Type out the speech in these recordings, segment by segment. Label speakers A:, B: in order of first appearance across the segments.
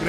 A: Good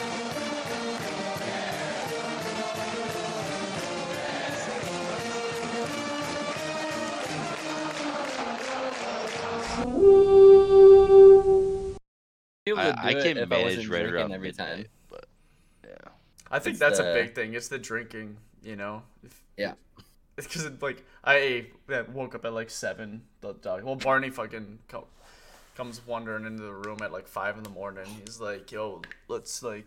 B: Be able to
C: I, I
B: do it
C: can
B: if
C: manage
B: wasn't
C: Red
B: drinking
C: Rum
B: every time.
C: but yeah,
D: I think
B: It's
D: that's
B: the-
D: a big thing. It's the drinking, you know. If,
B: Yeah.
D: It's because like I yeah, woke up at like seven. The dog. Well, Barney fucking co- comes wandering into the room at like five in the morning. He's like, "Yo, let's like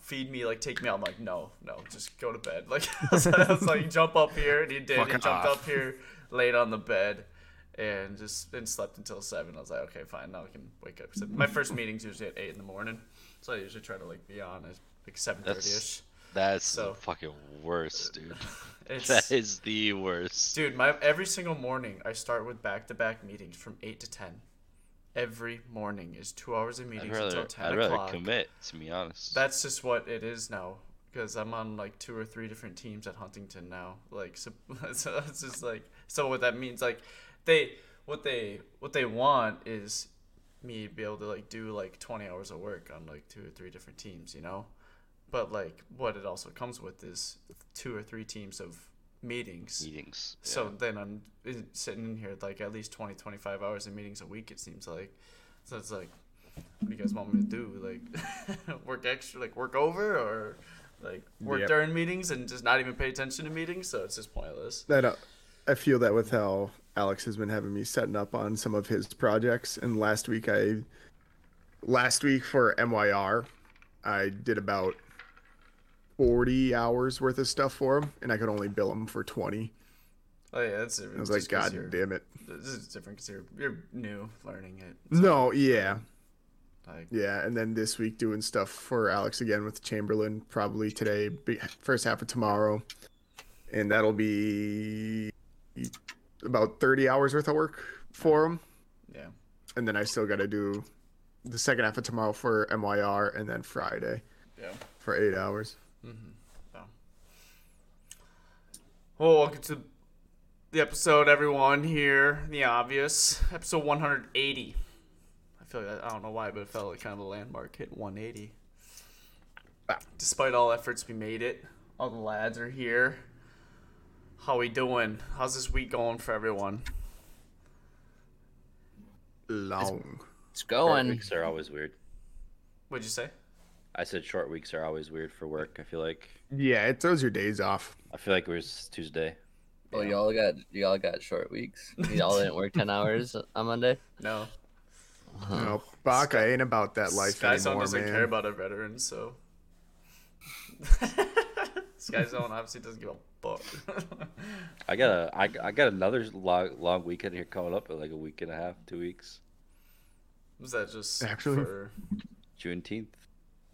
D: feed me, like take me out." I'm like, "No, no, just go to bed." Like so I was like, "Jump up here," and he did. he
C: Fucking
D: jumped
C: off.
D: up here, laid on the bed. And just and slept until seven. I was like, okay, fine, now I can wake up. So my first meeting's usually at eight in the morning, so I usually try to like be on at like seven thirty ish.
C: that's that's
D: So- uh,
C: the fucking worst, dude.
D: It's,
C: That is the worst.
D: dude, my every single morning I start with back to back meetings from eight to ten. Every morning is two hours of
C: I'd
D: meetings until
C: rather
D: 10
C: I'd rather
D: o'clock.
C: commit, to be honest.
D: That's just what it is now. Because I'm on like two or three different teams at Huntington now. Like so, so it's just like so what that means like they what they what they want is me to be able to like do like 20 hours of work on like two or three different teams, you know. But like what it also comes with is two or three teams of meetings.
C: meetings.
D: So then I'm in- sitting in here like at least 20, 25 hours in meetings a week, it seems like. So it's like, what do you guys want me to do? Like, work extra, like work over, or like work
E: Yep.
D: during meetings and just not even pay attention to meetings? So it's just pointless.
E: that uh, I feel that with how Alex has been having me setting up on some of his projects. And last week, I last week for MYR, I did about forty hours worth of stuff for him, and I could only bill him for twenty.
D: Oh, yeah, that's
E: I was like, God damn it!
D: This is different because you're, you're new, learning it.
E: No, yeah,
D: Like,
E: yeah. And then this week doing stuff for Alex again with Chamberlain, probably today, be- first half of tomorrow, and that'll be about thirty hours worth of work for him.
D: yeah.
E: and then I still got to do the second half of tomorrow for MYR, and then Friday
D: Yeah.
E: for eight hours.
D: Well, welcome to the episode, everyone. Here, the obvious episode 180. I feel like I don't know why, but it felt like kind of a landmark. Hit 180. Despite all efforts, we made it. All the lads are here. How we doing? How's this week going for everyone?
E: Long.
B: It's
F: Short
B: going.
F: weeks are always weird.
D: What'd you say?
F: I said short weeks are always weird for work. I feel like
E: Yeah, it throws your days off.
F: I feel like it was Tuesday.
B: Oh, y'all got y'all got short weeks. Y'all didn't work ten hours on Monday.
D: No,
E: You know, Bach, I ain't about that life
D: Sky Zone
E: anymore,
D: doesn't
E: man.
D: care about a veteran, so Sky Zone obviously doesn't give a fuck.
F: I got a I, I got another long long weekend here coming up in like a week and a half, two weeks.
D: Was that just
E: Actually-
D: for
F: Juneteenth.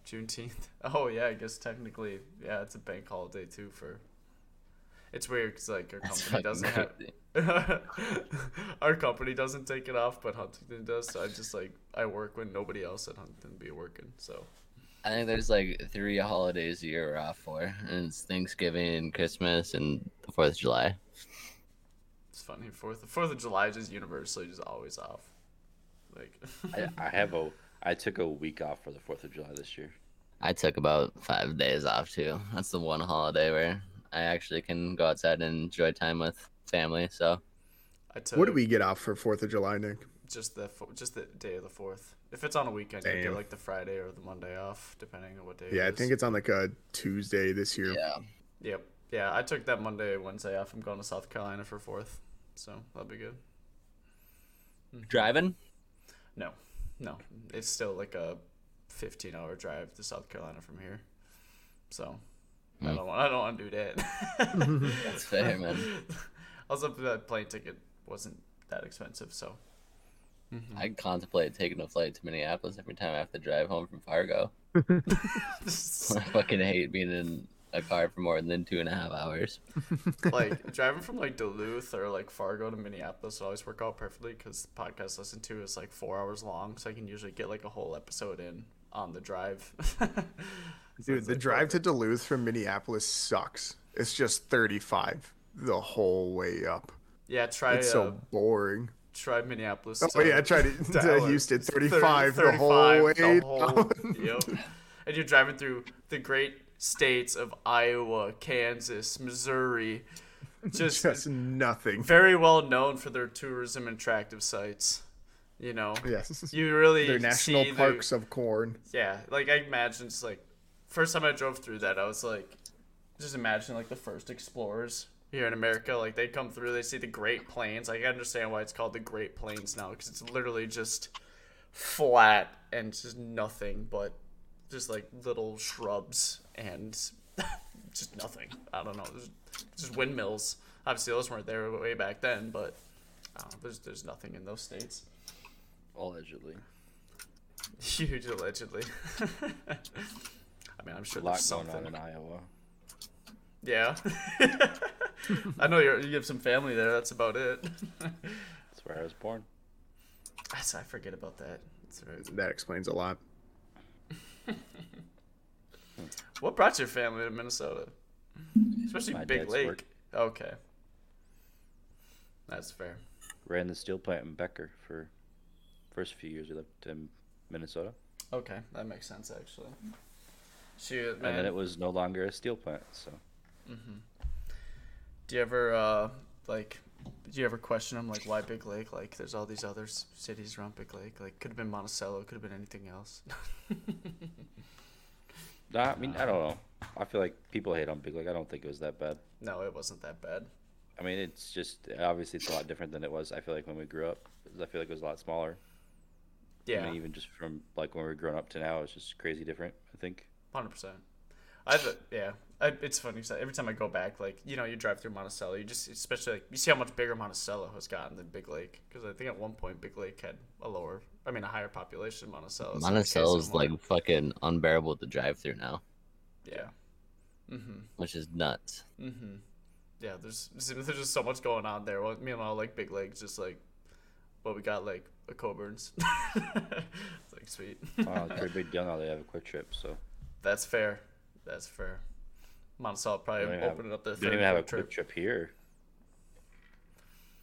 D: Juneteenth. Oh yeah, I guess technically, yeah, it's a bank holiday too. For it's weird because like our
B: That's
D: company
B: fucking
D: doesn't
B: crazy.
D: have our company doesn't take it off, but Huntington does. So I just like I work when nobody else at Huntington be working. So
B: I think there's like three holidays a year we're off for, and it's Thanksgiving, and Christmas, and the Fourth of July.
D: it's funny. Fourth Fourth of July is just universally just always off. Like
F: I, I have a I took a week off for the Fourth of July this year.
B: I took about five days off too. That's the one holiday where I actually can go outside and enjoy time with family. So
D: I took
E: What do we get off for Fourth of July, Nick?
D: just the fo- just the day of the fourth. If it's on a weekend, you get
E: Damn.
D: like the Friday or the Monday off, depending on what day.
E: Yeah, I
D: it is.
E: think it's on like a Tuesday this year.
B: yeah,
D: Yep. Yeah, I took that Monday, Wednesday off. I'm going to South Carolina for fourth, so that'll be good.
B: driving.
D: No, no, it's still like a 15 hour drive to South Carolina from here, so
E: Mm.
D: I don't want. I don't want to do that.
B: That's fair, man.
D: also, that plane ticket wasn't that expensive, so
B: I contemplate taking a flight to Minneapolis every time I have to drive home from Fargo. I fucking hate being in a car for more than two and a half hours.
D: like driving from like Duluth or like Fargo to Minneapolis would always work out perfectly because the podcast I listen to is like four hours long, so I can usually get like a whole episode in on the drive.
E: Dude, the drive to Duluth from Minneapolis sucks. It's just 35 the whole way up.
D: yeah, try
E: It's
D: uh,
E: so boring.
D: try Minneapolis.
E: Oh,
D: to-
E: yeah, I tried it to
D: Dallas.
E: Houston,
D: It's
E: 35 the whole
D: 35 the
E: way
D: whole-
E: down.
D: yep. And you're driving through the great states of Iowa, Kansas, Missouri. Just,
E: Just nothing.
D: very well known for their tourism and attractive sites. You know,
E: Yes.
D: you really
E: They're national
D: see the-
E: parks of corn.
D: yeah, like I imagine, it's like first time I drove through that, I was like, just imagine like the first explorers here in America, like they come through, they see the Great Plains. Like I understand why it's called the Great Plains now, because it's literally just flat and it's just nothing but just like little shrubs and just nothing. I don't know, there's just windmills. Obviously, those weren't there way back then, but I don't know, there's there's nothing in those states.
F: Allegedly.
D: Huge, allegedly. I mean, I'm sure
F: A lot
D: there's
F: going
D: something.
F: on in Iowa.
D: Yeah. I know you're, you have some family there. That's about it.
F: That's where I was born.
D: That's- I forget about that. That's right.
E: That explains a lot.
D: What brought your family to Minnesota? Especially
F: My
D: Big
F: dad's
D: Lake.
F: work.
D: Okay. That's fair.
F: Ran the steel plant in Becker for first few years we lived in Minnesota.
D: Okay, that makes sense actually. Shoot,
F: And
D: man.
F: then it was no longer a steel plant, so
D: do you ever uh like? Do you ever question them like why Big Lake? Like, there's all these other s- cities around Big Lake. Like, could have been Monticello. Could have been anything else.
F: Nah, I mean, I don't know. I feel like people hate on Big Lake. I don't think it was that bad.
D: no, it wasn't that bad.
F: I mean, it's just obviously it's a lot different than it was. I feel like when we grew up, 'cause I feel like it was a lot smaller. I
D: Yeah.
F: mean, even just from like when we were growing up to now, it's just crazy different. I think.
D: Hundred percent. I th- yeah. I, it's funny 'cause every time I go back, like you know, you drive through Monticello, you just especially like you see how much bigger Monticello has gotten than Big Lake. Because I think at one point Big Lake had a lower, I mean, a higher population. than Monticello. so in case
B: Monticello's
D: someone-
B: like fucking unbearable to drive through now,
D: yeah,
B: which is nuts.
D: yeah. There's there's just so much going on there. Well, meanwhile, like Big Lake's just like, well, we got like a Coburn's. it's like sweet.
F: Uh, it's a pretty big deal now. They have a quick trip, so
D: That's fair. That's fair. Monticello
F: They
D: probably
F: don't have-
D: opening up their
F: they
D: third
F: don't even have a
D: road trip.
F: quick trip here.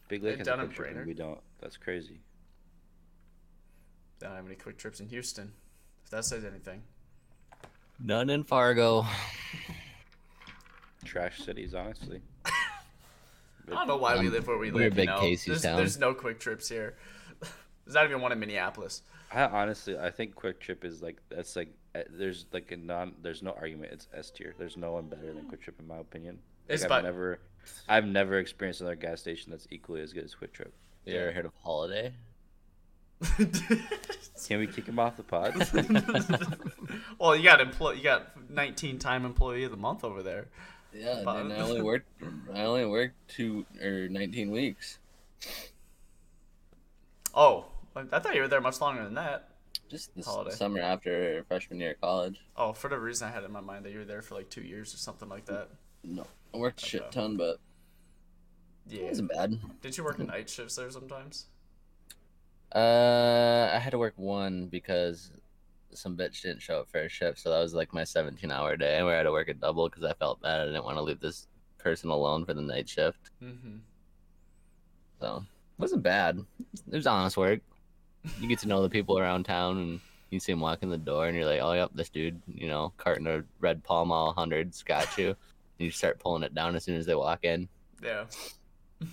F: Big Lake has a
D: done in
F: quick trip, and
D: Brainerd.
F: we don't. That's crazy.
D: They don't have any quick trips in Houston. If that says anything.
B: None in Fargo.
F: Trash cities, honestly.
D: I don't know why we
B: Um,
D: live where we
B: we're a
D: live.
B: big
D: you know?
B: Casey's
D: there's,
B: town.
D: there's no quick trips here. there's not even one in Minneapolis.
F: I honestly, I think Quick Trip is like that's like eh, there's like a non there's no argument. It's S tier. There's no one better than Quick Trip in my opinion. Like,
D: It's
F: I've
D: about-
F: never, I've never experienced another gas station that's equally as good as Quick Trip.
B: You ever heard of Holiday?
F: Can we kick him off the pod?
D: well, you got employ, you got 19 time employee of the month over there.
B: Yeah, and
D: Fun.
B: then I only worked. I only worked two or nineteen weeks.
D: Oh, I I thought you were there much longer than that.
B: Just this
D: Holiday.
B: summer after freshman year of college.
D: Oh, for whatever reason, I had it in my mind that you were there for like two years or something like that.
B: No, I worked a shit
D: Okay.
B: ton, but it
D: Yeah.
B: wasn't bad.
D: Did you work night shifts there sometimes?
B: Uh, I had to work one because some bitch didn't show up for a shift, so that was like my 17 hour day where I had to work a double because I felt bad. I didn't want to leave this person alone for the night shift,
D: Mm-hmm.
B: so it wasn't bad. It was honest work. You get to know the people around town, and you see them walk in the door, and you're like, "Oh, yep, this dude, you know, carting a red Pall Mall 100's got you." And you start pulling it down as soon as they walk in.
D: Yeah.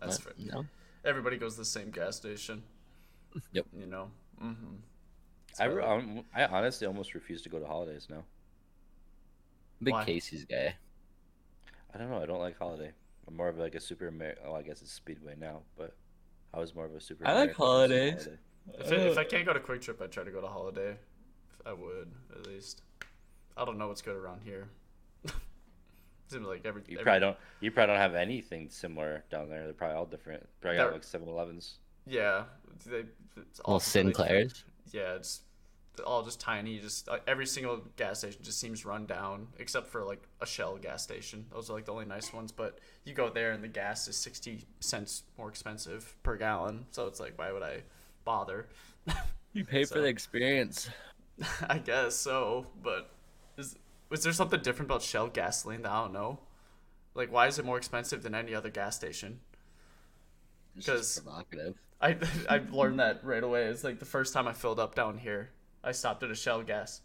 D: That's fair.
B: But, you know,
D: Everybody goes to the same gas station.
B: Yep.
D: You know. Mm-hmm.
F: I, re- um, I honestly almost refuse to go to holidays now.
B: big
D: Why?
B: Casey's guy.
F: I don't know. I don't like holiday. I'm more of like a super. Amer- oh, I guess it's Speedway now, but I was more of a super.
B: I
F: American
B: like
F: person at
B: Holidays.
F: Holiday.
D: If, I- if I can't go to Quick Trip, I'd try to go to Holiday. I would, at least. I don't know what's good around here. Seems like every.
F: You
D: every-
F: probably don't. You probably don't have anything similar down there. They're probably all different. Probably
D: They're-
F: got like 7-Elevens.
D: Yeah, they. It's all
B: Well,
D: just really-
B: Sinclairs.
D: yeah, it's all just tiny. Just uh, every single gas station just seems run down, except for like a Shell gas station. Those are like the only nice ones. But you go there and the gas is sixty cents more expensive per gallon. So it's like, why would I bother?
B: You pay
D: So-
B: for the experience.
D: I guess so. But is is there something different about Shell gasoline that I don't know? Like, why is it more expensive than any other gas station?
B: It's
D: Because-
B: just provocative.
D: I I learned that right away. It's like the first time I filled up down here. I stopped at a Shell gas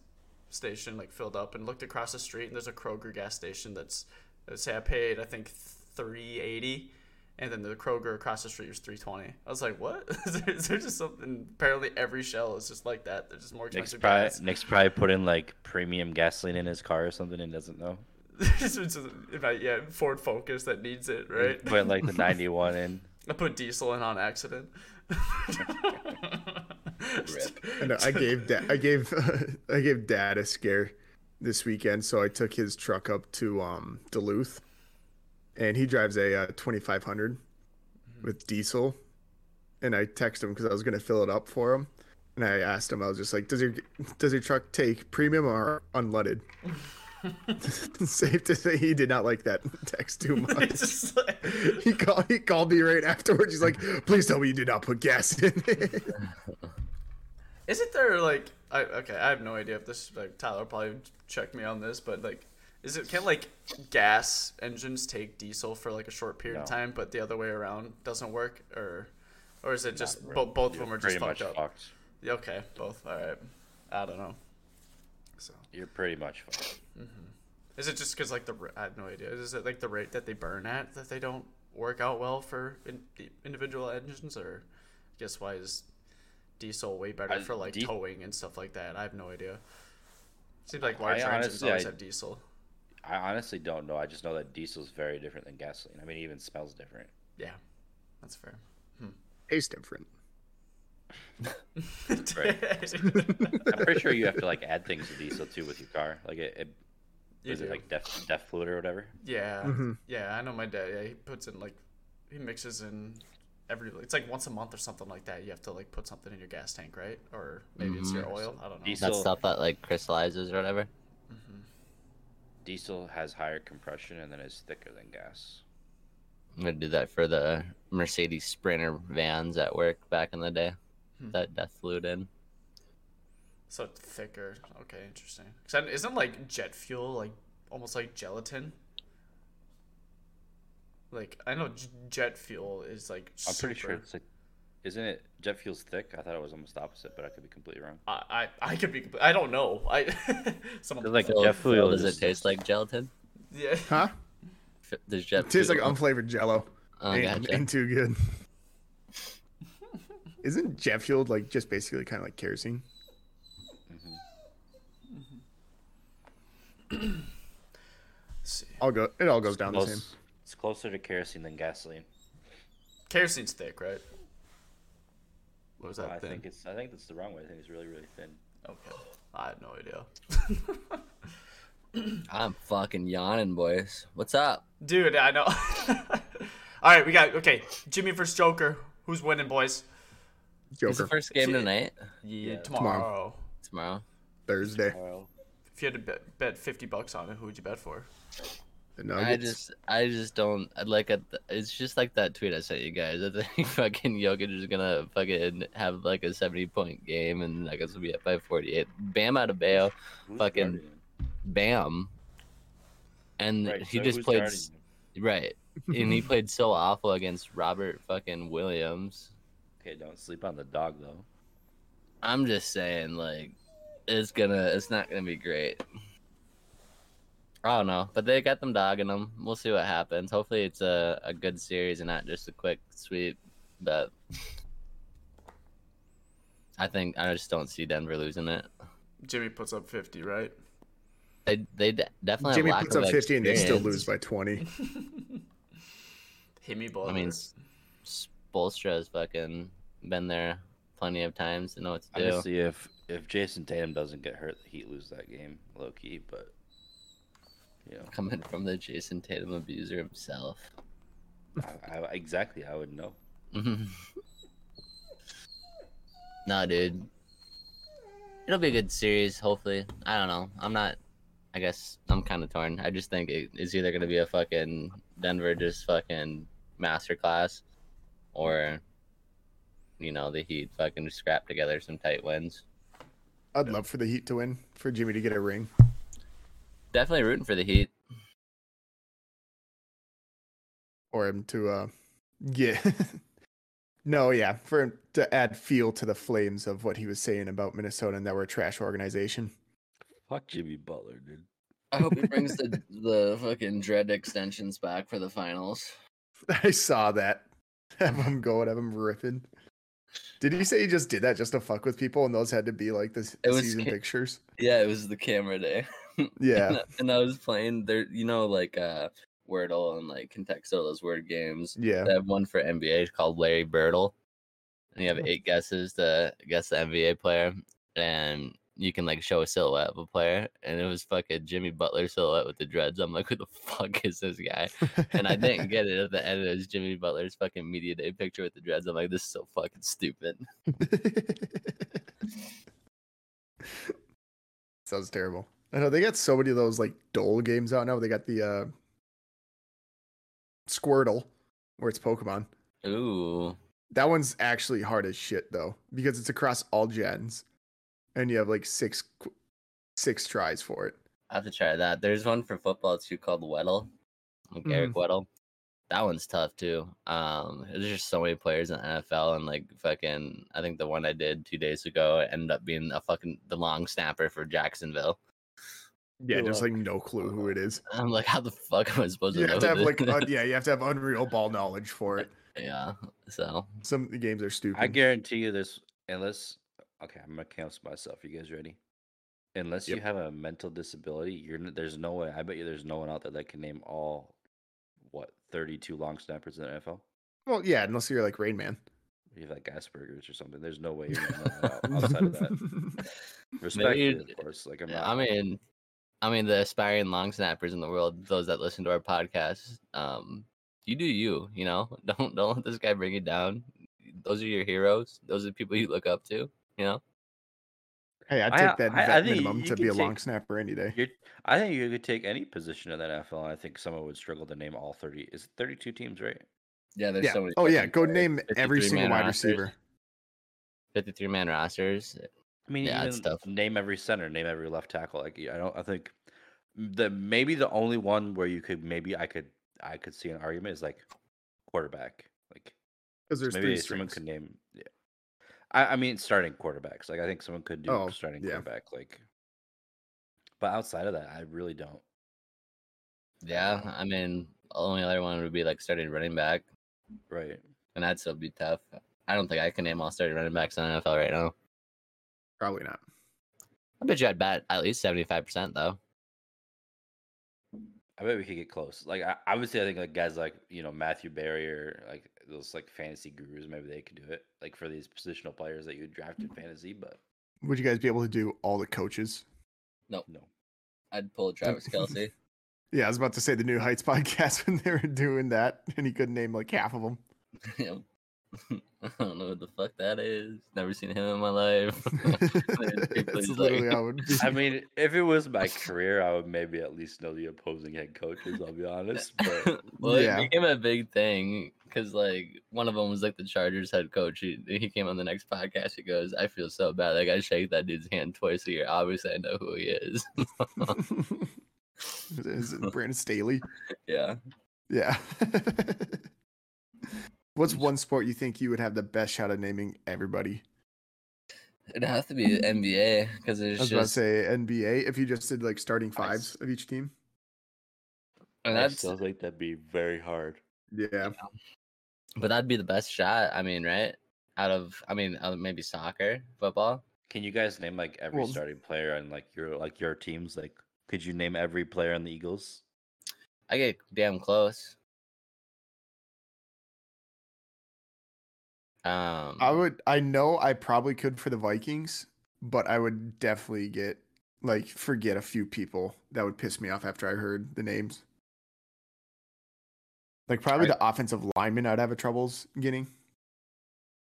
D: station, like filled up, and looked across the street, and there's a Kroger gas station that's let's say I paid I think three eighty, and then the Kroger across the street was three twenty. I was like, what? is, there, is there just something? Apparently, every Shell is just like that. They're just more
F: Nick's
D: expensive.
F: probably,
D: gas.
F: Nick's probably put in like premium gasoline in his car or something and doesn't know.
D: It's just- if I- yeah, Ford Focus that needs it, right?
F: Put like the 91 in.
D: I put diesel in on accident.
E: I know, I gave da- I gave I gave Dad a scare this weekend, so I took his truck up to um, Duluth, and he drives a uh, 2500 with diesel, and I texted him because I was gonna fill it up for him, and I asked him I was just like, does your does your truck take premium or unleaded? Safe to say he did not like that text too much.
D: It's just like-
E: He called, he called me right afterwards. He's like, please tell me you did not put gas in it.
D: isn't there like I okay, I have no idea if this like Tyler probably checked me on this, but like is it can like gas engines take diesel for like a short period of
F: No.
D: time, but the other way around doesn't work, or or is it just bo- both of them are just
F: Pretty
D: fucked
F: much
D: up?
F: fucked.
D: Yeah, Okay, both. All right, I don't know.
F: You're pretty much fucked.
D: Is it just because like the ra- I have no idea. Is it like the rate that they burn at that they don't work out well for in, individual engines, or I guess why is diesel way better
F: I-
D: for like
F: di-
D: towing and stuff like that? I have no idea. Seems like
F: I
D: large engines
F: honestly-
D: always
F: I-
D: have diesel.
F: I honestly don't know. I just know that diesel's very different than gasoline. I mean, it even smells different.
D: Yeah, that's fair.
E: Tastes different.
F: I'm pretty sure you have to like add things to diesel too with your car. Like it, it
D: You
F: is it
D: do.
F: like def, def fluid or whatever?
D: yeah,
E: Mm-hmm.
D: yeah. I know my dad. Yeah, he puts in like he mixes in every. It's like once a month or something like that. You have to like put something in your gas tank, right? Or maybe it's
F: Mm-hmm.
D: your oil. I don't know.
F: Diesel
B: That stuff that like crystallizes or whatever.
F: diesel has higher compression and then is thicker than gas.
B: I'm gonna do that for the Mercedes Sprinter vans at work back in the day. That death fluid in.
D: So it's thicker. Okay, interesting. 'Cause I- isn't like jet fuel like almost like gelatin? Like I know j- jet fuel is like.
F: I'm pretty sure
D: super-
F: it's like, isn't it jet fuel's thick? I thought it was almost the opposite, but I could be completely wrong.
D: I, I I could be. I don't know. I someone
F: Like
B: Phil-
F: jet
B: Phil,
F: fuel
B: does
F: is
B: it taste like gelatin?
D: yeah.
E: Huh?
B: F- Does jet
E: Tastes like
B: fuel-
E: unflavored jello.
B: Oh,
E: ain't,
B: gotcha.
E: ain't too good. Isn't jet fuel like just basically kind of like kerosene?
D: see.
E: All go, it all goes down the same.
F: close, it's closer to kerosene than gasoline.
D: Kerosene's thick, right? What was that
F: I
D: thing?
F: think it's I think that's the wrong way. I think it's really really thin.
D: Okay, I had no idea.
B: I'm fucking yawning, boys. What's up?
D: Dude, I know. All right, we got okay. Jimmy versus Joker. Who's winning, boys?
B: It's the
E: Joker
B: first game tonight.
D: Yeah,
E: tomorrow.
D: tomorrow.
B: Tomorrow.
E: Thursday.
D: If you had to bet, bet fifty bucks on it, who would you bet for?
E: The
B: I
E: Nuggets.
B: just, I just don't I'd like. A, it's just like that tweet I sent you guys. I think fucking Jokic is gonna fucking have like a seventy-point game, and I guess we'll be up by forty-eight. Bam out of bail,
F: Who's
B: Fucking-
F: guarding him?
B: bam, and
F: Right,
B: he
F: so
B: just
F: who's
B: played
F: guarding
B: s-
F: him?
B: right, and he played so awful against Robert fucking Williams.
F: Okay, don't sleep on the dog though.
B: I'm just saying, like, it's gonna, it's not gonna be great. I don't know, but they got them dogging them. We'll see what happens. Hopefully, it's a, a good series and not just a quick sweep. But I think I just don't see Denver losing it.
D: Jimmy puts up fifty, right?
B: They they de- definitely have
E: Jimmy
B: lack
E: puts
B: of
E: up 50 and they still
B: experience.
E: lose by 20.
D: Hit me, ball.
B: I mean, Spolstra has fucking been there plenty of times to know what to do.
F: Honestly, if if Jason Tatum doesn't get hurt, the Heat lose that game low key. But you know,
B: Coming from the Jason Tatum abuser himself.
F: I, I, exactly, I would know.
B: No, dude. It'll be a good series, hopefully. I don't know. I'm not. I guess I'm kind of torn. I just think it, it's either gonna be a fucking Denver just fucking masterclass, or you know the Heat fucking scrap together some tight wins.
E: I'd love for the Heat to win, for Jimmy to get a ring.
B: Definitely rooting for the Heat.
E: or him to uh yeah no yeah for him to add fuel to the flames of what he was saying about minnesota and that we're a trash organization
F: Fuck Jimmy Butler, dude.
B: I hope he brings the the fucking dread extensions back for the finals.
E: i saw that have him going have him ripping did he say he just did that just to fuck with people and those had to be like the s-
B: It was
E: season
B: ca-
E: pictures
B: Yeah, it was the camera day.
E: yeah
B: and, and I was playing there, you know, like uh Wordle and like Contexto, those word games.
E: yeah
B: I have one for NBA called Larry Birdle, and you have eight guesses to guess the NBA player, and you can like show a silhouette of a player, and it was fucking Jimmy Butler silhouette with the dreads. I'm like, who the fuck is this guy? And I didn't get it at the end. It was Jimmy Butler's fucking media day picture with the dreads. I'm like, this is so fucking stupid.
E: Sounds terrible. I know they got so many of those like dole games out now. They got the uh Squirtle, where it's Pokemon.
B: Ooh,
E: That one's actually hard as shit though, because it's across all gens, and you have like six qu- six tries for it.
B: I have to try that. There's one for football too called Weddle, like Eric Weddle. That one's tough too. Um, there's just so many players in the NFL, and like fucking, I think the one I did two days ago ended up being a fucking the long snapper for Jacksonville.
E: Yeah, there's like no clue who it is.
B: I'm like, how the fuck am I supposed
E: You
B: to know?
E: have to have
B: this?
E: like un- yeah, you have to have unreal ball knowledge for it.
B: yeah. So
E: Some of the games are stupid.
B: Mm-hmm.
F: I guarantee you this, unless okay, I'm gonna cancel myself. You guys ready? Unless you
E: Yep.
F: have a mental disability, you're n- there's no way. I bet you there's no one out there that can name all what 32 long snappers in the NFL.
E: Well, yeah, unless you're like Rain Man.
F: You have like Asperger's or something. There's no way you're gonna know that out- outside of that. Respectfully,
B: you'd-
F: of course. Like I'm
B: yeah,
F: not.
B: I mean, I mean the aspiring long snappers in the world, those that listen to our podcast, um, you do you. You know, don't don't let this guy bring you down. Those are your heroes. Those are the people you look up to. You know.
E: Hey, I'd
F: I-
E: take that
F: I- I
E: vet
F: think
E: minimum
F: you
E: to
F: can
E: be a
F: take-
E: long snapper any day.
F: You're, I think you could take any position in the NFL, and I think someone would struggle to name all 30. Is it 32 teams, right?
B: Yeah, there's
E: Yeah.
B: so many.
E: oh yeah,
B: fucking
E: go
B: players.
E: name every
B: 53
E: single
B: man
E: wide
B: rosters.
E: receiver.
B: 53 man rosters.
F: I mean,
B: Yeah, it's
F: even
B: tough.
F: name every center, name every left tackle. Like I don't, I think the maybe the only one where you could maybe I could I could see an argument is like quarterback. Like
E: Because there's
F: maybe
E: three
F: someone
E: strings.
F: could name. Yeah. I, I mean, starting quarterbacks. Like I think someone could do
E: Oh,
F: starting
E: yeah.
F: quarterback. Like, but outside of that, I really don't.
B: Yeah, I mean, only other one would be like starting running back,
F: Right.
B: and that'd still be tough. I don't think I can name all starting running backs in the NFL right now.
E: Probably not.
B: I bet you I'd bat at least 75% though.
F: I bet we could get close. Like I, obviously, I think like guys like you know Matthew Barry or like those like fantasy gurus, maybe they could do it. Like for these positional players that you draft
E: Mm-hmm.
F: in fantasy, but
E: Would you guys be able to do all the coaches?
F: no.
B: I'd pull Travis Kelsey.
E: Yeah, I was about to say the New Heights podcast when they were doing that, and he couldn't name like half of them.
B: I don't know what the fuck that is. Never seen him in my life. There's people
E: That's
B: just
E: literally
B: like-
E: how it would be.
F: I mean, if it was my career, I would maybe at least know the opposing head coaches. I'll be honest, but
B: well,
E: Yeah.
B: it became a big thing because, like, one of them was like the Chargers head coach. He, he came on the next podcast. He goes, "I feel so bad. Like, I shake that dude's hand twice a year. Obviously, I know who he is."
E: Is it Brandon Staley?
B: yeah,
E: Yeah. What's one sport you think you would have the best shot of naming everybody?
B: it'd have to be NBA because
E: I
B: there's
E: was
B: just
E: about to say NBA. If you just did like starting
F: I
E: fives
F: s-
E: of each team.
B: and
F: that
B: that's
F: sounds like that'd be very hard.
E: Yeah.
B: but that'd be the best shot. I mean, right? Out of I mean, uh, maybe soccer, football.
F: Can you guys name like every
E: Well,
F: starting player and like your like your teams? Like, could you name every player on the Eagles?
B: I get damn close. Um,
E: I would. I know I probably could for the Vikings, but I would definitely get like forget a few people that would piss me off after I heard the names. Like probably
B: I-
E: the offensive lineman, I'd have a troubles getting.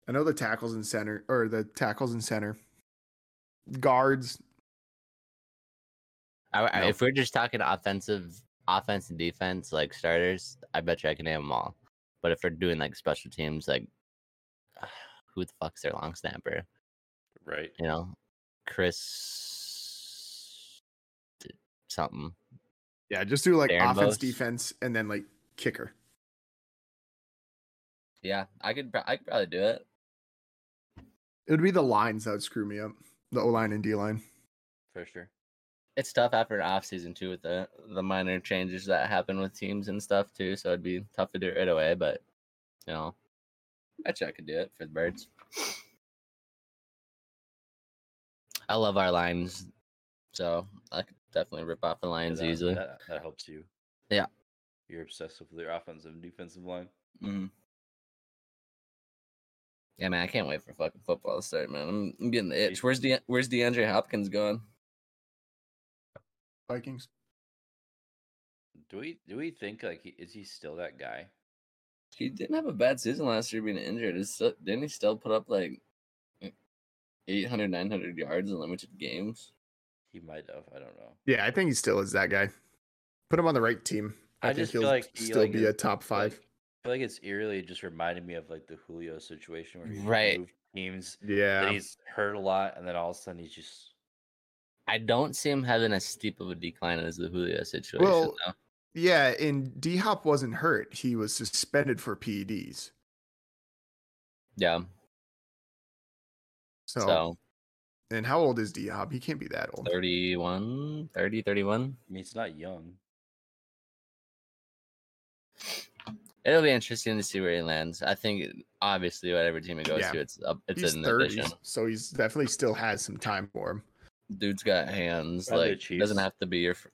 E: I know the tackles and center or the tackles and center guards.
B: I, I-
E: No.
B: If we're just talking offensive, offense and defense, like starters, I bet you I can name them all. But if we're doing like special teams, like who the fuck's their long snapper?
F: right?
B: You know, Chris d- something.
E: Yeah, just do like
B: Darren
E: offense,
B: Bose.
E: defense, and then like kicker.
B: Yeah, I could. I could probably do it.
E: It would be the lines that would screw me up. The O line and D line.
F: For sure.
B: It's tough after an off season too, with the the minor changes that happen with teams and stuff too. So it'd be tough to do it right away. But you know, I bet you I could do it for the birds. I love our lines, so I could definitely rip off the
F: Yeah,
B: lines
F: that-
B: easily.
F: That, that helps you.
B: Yeah.
F: You're obsessed with their offensive and defensive line.
B: Mhm. Yeah, man, I can't wait for fucking football to start, man. I'm, I'm getting the itch. Where's the Where's DeAndre Hopkins going?
E: Vikings.
F: Do we do we think like he, is he still that guy?
B: He didn't have a bad season last year being injured. It's still, didn't he still put up like e, 800, 900 yards in limited games?
F: He might have. I don't know.
E: Yeah, I think he still is that guy. Put him on the right team. I,
F: I
E: think
F: just feel
E: he'll
F: like he,
E: still
F: like,
E: be
F: is-
E: a top five.
F: Like, I feel like it's eerily just reminded me of like the Julio situation where he
B: Right.
F: moved teams
E: yeah.
F: and he's hurt a lot, and then all of a sudden he's just
B: I don't see him having as steep of a decline as the Julio situation.
E: Well,
B: though.
E: Yeah, and D Hop wasn't hurt. He was suspended for E PEDs.
B: yeah.
E: So,
B: So
E: and how old is D Hop? He can't be that old.
B: 31, 30, 31.
F: I mean, it's not young.
B: It'll be interesting to see where he lands. I think it- obviously whatever team he goes
E: Yeah.
B: to, it's up, it's
E: he's
B: an
E: 30,
B: addition.
E: so he's definitely still has some time for him.
B: Dude's got hands.
F: Probably the
B: like doesn't
F: Chiefs.
B: have to be your. fr-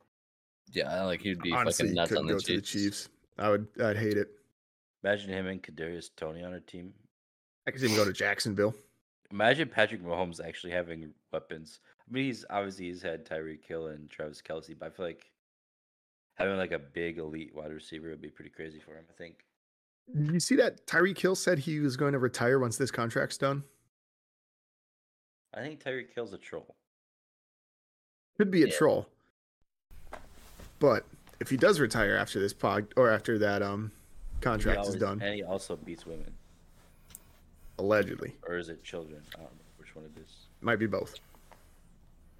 B: Yeah, like he'd be
E: Honestly,
B: fucking
E: he
B: nuts
E: couldn't
B: on the
E: go to the Chiefs. I would, I'd hate it.
F: Imagine him and Kadarius Tony on a team.
E: I could see him go to Jacksonville.
F: Imagine Patrick Mahomes actually having weapons. I mean, he's obviously he's had Tyreek Hill and Travis Kelsey, but I feel like having like a big elite wide receiver would be pretty crazy for him. I think.
E: Did You see that Tyreek Hill said he was going to retire once this contract's done.
F: I think Tyreek Hill's a troll.
E: Could be a
B: Yeah.
E: troll. But if he does retire after this pod or after that um
F: He
E: contract
F: always-
E: is done,
F: and he also beats women,
E: allegedly,
F: or is it children? I don't know which one it is.
E: might be both.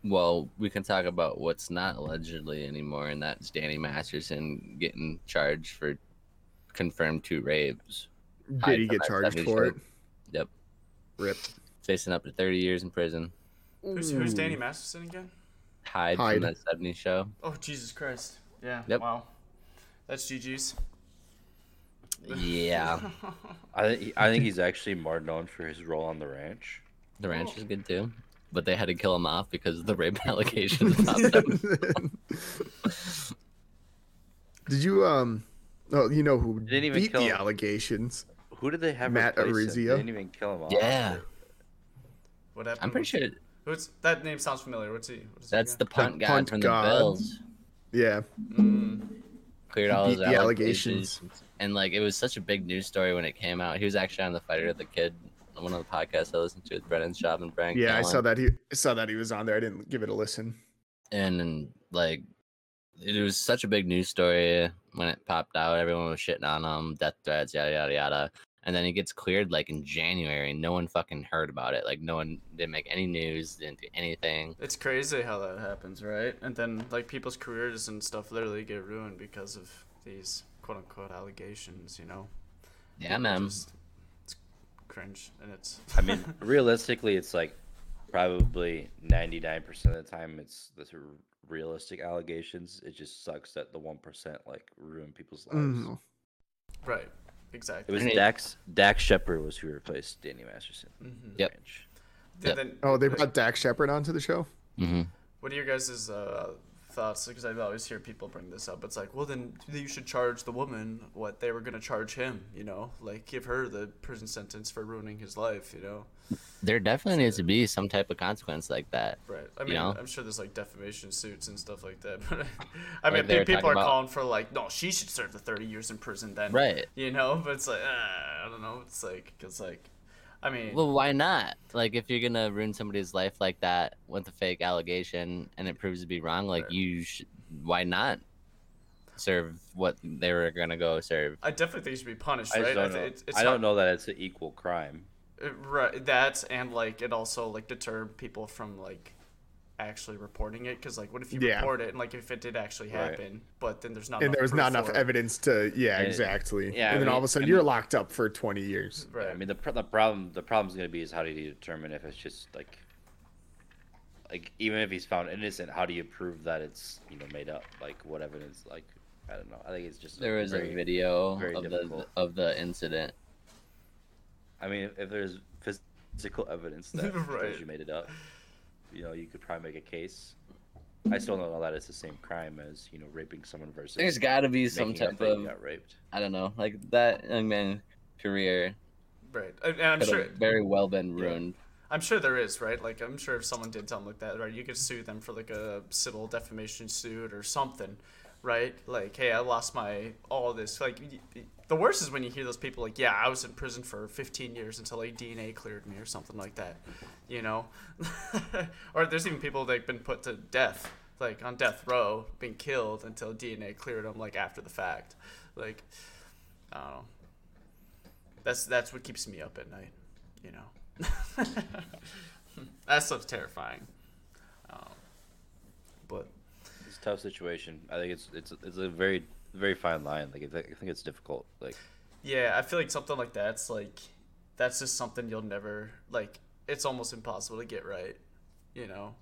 B: Well, we can talk about what's not allegedly anymore, and that's Danny Masterson getting charged for confirmed two rapes,
E: Did he
B: for
E: get
B: that
E: charged
B: 70s
E: for it?
B: rape. Yep.
E: Rip.
B: facing up to 30 years in prison,
D: Who's, who's Danny
E: Ooh.
D: Masterson again?
B: Hyde,
E: Hyde.
B: from that 70s show.
D: Oh, Jesus Christ. Yeah.
B: Yep.
D: Wow. That's GG's.
B: Yeah,
F: I think he- I think he's actually more known for his role on the ranch.
B: the ranch is good too, but they had to kill him off because of the rape allegations about them.
E: Did you um? Oh, you know who
F: didn't even
E: beat
F: kill
E: the
F: him.
E: allegations?
F: Who did they have?
E: Matt
F: replace him? They
E: Arizio?
F: didn't even kill him off.
B: Yeah,
D: What happened?
B: I'm pretty
D: What's-
B: sure
D: Who's that name sounds familiar. What's he? What's
B: that's the punt guy
E: punt
B: from
E: god.
B: the Bills.
E: Yeah,
B: Cleared all
E: beat
B: his
E: the allegations.
B: and like it was such a big news story when it came out. He was actually on the fighter of the kid, one of the podcasts I listened to with Brennan Schaub and Frank.
E: yeah. I saw
B: Allen.
E: that he I saw that he was on there. I didn't give it a listen.
B: and, and, like it was such a big news story when it popped out. Everyone was shitting on him, death threats, yada yada yada. And then he gets cleared like in January. and No one fucking heard about it. Like no one didn't make any news, didn't do anything.
D: It's crazy how that happens, right? And then like people's careers and stuff literally get ruined because of these quote unquote allegations, you know?
B: Yeah, man.
D: Just- it's cringe and it's
F: I mean, realistically, it's like probably 99% of the time it's this r- realistic allegations. It just sucks that the 1% like ruin people's lives.
E: Mhm.
D: right.
F: It
D: Exactly.
F: was
B: And it-
F: Dax Dax Shepard was who replaced Danny Masterson.
D: Mhm.
B: Yep.
F: Ranch.
D: And then,
E: Oh, they
D: like,
E: brought Dak Shepard onto the show.
B: Mm-hmm.
D: What are your guys' uh, thoughts? Because I always hear people bring this up. It's like, well, then you should charge the woman what they were going to charge him, you know? Like, give her the prison sentence for ruining his life, you know?
B: There definitely needs to be some type of consequence like that.
D: Right. I mean,
B: know?
D: I'm sure there's like defamation suits and stuff like that. But I mean,
B: they
D: pe-
B: were
D: people
B: talking
D: are
B: about-
D: calling for like, no, she should serve the 30 years in prison then.
B: Right.
D: You know, but it's like, uh, I don't know. It's like, because like, I mean,
B: Well, why not? Like, if you're gonna ruin somebody's life like that with a fake allegation and it proves to be wrong, like
D: Right.
B: you, sh- why not serve what they were gonna go serve?
D: I definitely think you should be punished,
F: I
D: right?
F: just don't
D: thi-
F: know.
D: it's- it's
F: I
D: not-
F: don't know that it's an equal crime.
D: Uh, Right, that and like it also like deter people from like actually reporting it because like what if you
E: Yeah.
D: report it and like if it did actually
F: Right.
D: happen, but then there's not
E: and there was not
D: proof
E: enough
D: Oh, for it.
E: evidence to yeah
F: And-
E: exactly
F: yeah, I
E: and then all of
F: mean,
E: a sudden
F: and-
E: you're locked up for 20 years
D: Right.
F: I mean, the, pro- the problem the problem's going to be is how do you determine if it's just like like even if he's found innocent, how do you prove that it's you know made up? Like what evidence? Like I don't know. I think it's just
B: There was
F: very-
B: a video
F: very
B: of
F: difficult.
B: the of the incident.
F: I mean, if, if there's phys- physical evidence that
D: Right.
F: shows you made it up, you know, you could probably make a case. I still don't know that it's the same crime as you know raping someone versus
B: There's got to be some
F: making up
B: type
F: that you
B: of
F: got raped.
B: I don't know, like that young man's career
D: right, and and I'm
B: could
D: sure
B: have very well been ruined.
D: I'm sure there is right. Like I'm sure if someone did something like that, right, you could sue them for like a civil defamation suit or something, right? Like hey, I lost my all this. Like y- y- the worst is when you hear those people like yeah, I was in prison for 15 years until like DNA cleared me or something like that, you know? or there's even people that have been put to death, like on death row, being killed until DNA cleared them like after the fact. Like I don't know. That's that's what keeps me up at night, you know. that stuff's terrifying. Um, but
F: It's a tough situation. I think it's it's it's a very very fine line. Like I think I think it's difficult. Like
D: yeah, I feel like something like that's like that's just something you'll never like. It's almost impossible to get right, you know,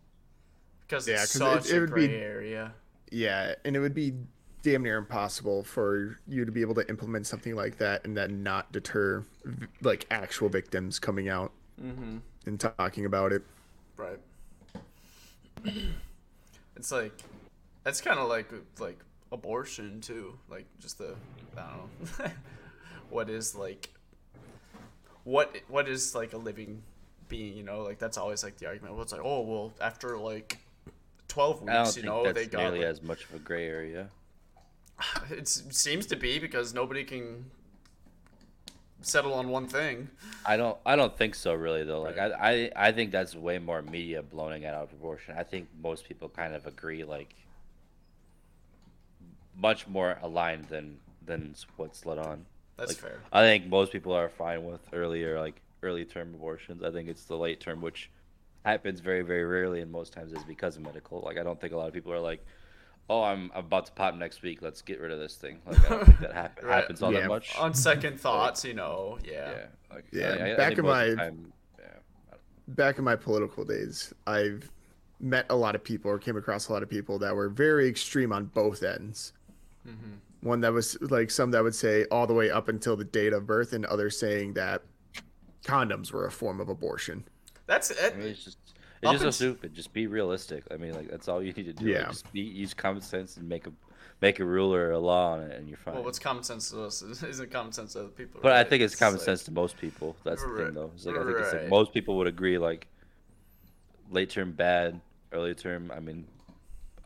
D: because
E: Yeah,
D: it's
E: 'cause it-
D: such
E: it
D: a
E: would be-
D: gray area.
E: yeah and it would be damn near impossible for you to be able to implement something like that and then not deter v- like actual victims coming out
F: Mm-hmm.
E: and talking about it
D: Right. it's like that's kind of like like abortion too. Like just the I don't know what is like what what is like a living being. You know, like that's always like the argument. Well, it's like oh well after like twelve
F: I don't
D: weeks, you
F: think
D: know,
F: that's
D: they got
F: nearly
D: like,
F: as much of a gray area.
D: it's- it seems to be because nobody can settle on one thing.
F: I don't. I don't think so, really. Though, like, I, I, I think that's way more media blowing it out of proportion. I think most people kind of agree, like, much more aligned than than what's let on.
D: That's
F: Like,
D: fair.
F: I think most people are fine with earlier, like, early term abortions. I think it's the late term, which happens very, very rarely, and most times is because of medical. Like, I don't think a lot of people are like, "Oh, I'm about to pop next week. Let's get rid of this thing." Like, I don't think that happen,
D: Right.
F: happens all
E: Yeah.
F: that uh, much.
D: On second thoughts, you know, yeah.
F: Yeah. Like,
E: Yeah,
F: think-
E: back
F: think
E: in
F: most of
E: my-
F: the time- yeah.
E: back in my political days, I've met a lot of people or came across a lot of people that were very extreme on both ends.
F: Mm-hmm.
E: One that was like some that would say all the way up until the date of birth, and others saying that condoms were a form of abortion.
D: That's it.
F: I mean, it's just
D: Up
F: it's just so
D: until-
F: stupid. Just be realistic. I mean, like that's all you need to do.
E: Yeah.
F: Yeah. Just be, use common sense and make a make a rule or a law on it, and you're fine.
D: Well, what's common sense to us is- isn't common sense to other people.
F: but I
D: right?
F: think it's common
D: like-
F: sense to most people. That's the
D: Right,
F: thing, though. It's like I think it's
D: right.
F: like most people would agree. Like late term bad, early term. I mean,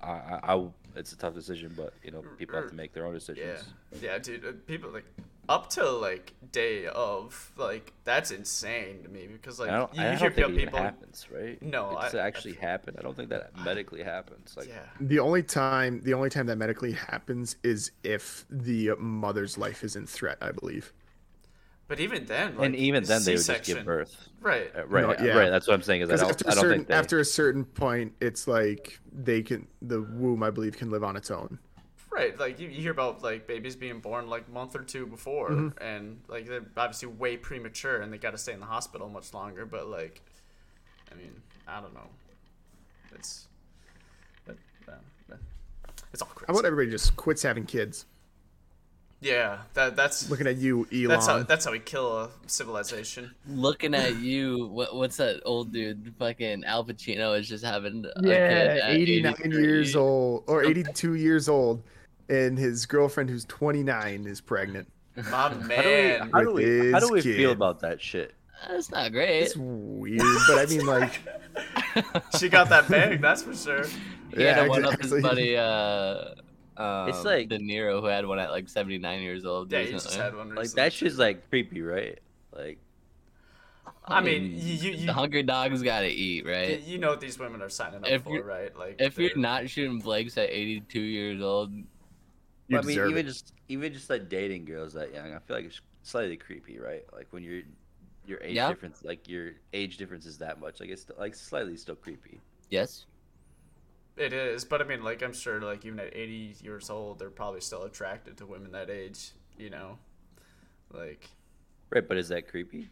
F: I, I, I w- it's a tough decision, but you know, people have
D: r-
F: to make their own
D: Yeah,
F: decisions.
D: yeah, dude. uh, People like up till like day of like that's insane to me because like
F: And I don't,
D: you
F: I
D: hear
F: don't think it even
D: people.
F: happens, right?
D: No,
F: it's
D: I- I
F: actually happened. I don't think that medically happens. Like,
D: Yeah,
E: The only time the only time that medically happens is if the mother's life is in threat, I believe.
D: but even then, like,
F: and even then, they would just give
D: C-section,
F: birth.
D: Right.
F: Uh, Right,
E: No,
F: uh,
E: yeah.
F: right. That's what I'm saying. Is I
E: Because
F: don't,
E: after
F: I
E: a
F: don't
E: certain
F: think they,
E: after a certain point, it's like they can the womb, I believe, can live on its own.
D: Right, like you, you hear about like babies being born like month or two before,
F: Mm-hmm.
D: and like they're obviously way premature, and they got to stay in the hospital much longer. But like, I mean, I don't know. It's that, that, that- it's all
E: How
D: crazy.
E: about everybody just quits having kids?
D: yeah, that that's
E: Looking at you, Elon.
D: that's how that's how we kill a civilization.
B: Looking at you, what, what's that old dude? Fucking Al Pacino is just having a kid
E: Yeah,
B: at
E: 89 years
B: 83.
E: old or 82 years old, and his girlfriend, who's 29, is pregnant.
D: My man,
F: how do we, how do we
E: with his
F: feel
E: kid.
F: about that shit?
B: That's not great.
E: It's weird, but I mean, like,
D: she got that bag, that's for sure.
B: He had
E: yeah,
B: to one up his
E: exactly.
B: buddy, uh, um, it's
F: like-
B: like De Niro, who had one at like 79 years old.
D: Yeah, you
B: recently.
D: just had one recently.
F: Like that shit's like creepy, right? Like
D: I mean, you- you-
B: the hungry dogs gotta eat,
D: Y-
B: right?
D: You know what these women are signing up
B: If
D: for,
B: you're-
D: right? Like,
B: If you're
D: they're-
B: not shooting Blake's at 82 years old,
E: You
F: I mean,
E: deserve
F: even
E: it.
F: just even just like dating girls that young, I feel like it's slightly creepy, right? Like when your your age
B: Yeah.
F: difference, like your age difference is that much, like it's st- like slightly still creepy.
B: yes,
D: it is. But I mean, like, I'm sure, like, even at 80 years old, they're probably still attracted to women that age. You know, like,
F: Right, but is that creepy?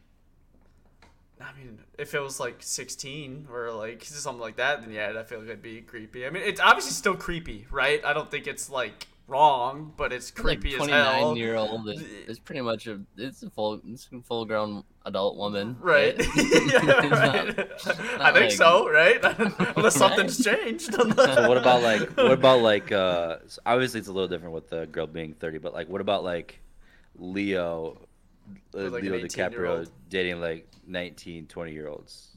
D: I mean, if it was like 16 or like something like that, then yeah, I feel like it'd be creepy. I mean, it's obviously still creepy, right? I don't think it's like wrong, but it's
B: like
D: creepy as
B: 29
D: hell.
B: year old is, is pretty much a it's a full it's a full grown adult woman,
D: Right. Yeah,
B: It's
D: right.
B: not-
D: I think
B: not like-
D: so, right? Unless something's changed.
F: So what about like what about like uh s- obviously it's a little different with the girl being 30 but like what about like leo uh,
D: With, like, an
F: leo
D: 18-year-old?
F: dicaprio dating like 19 20 year olds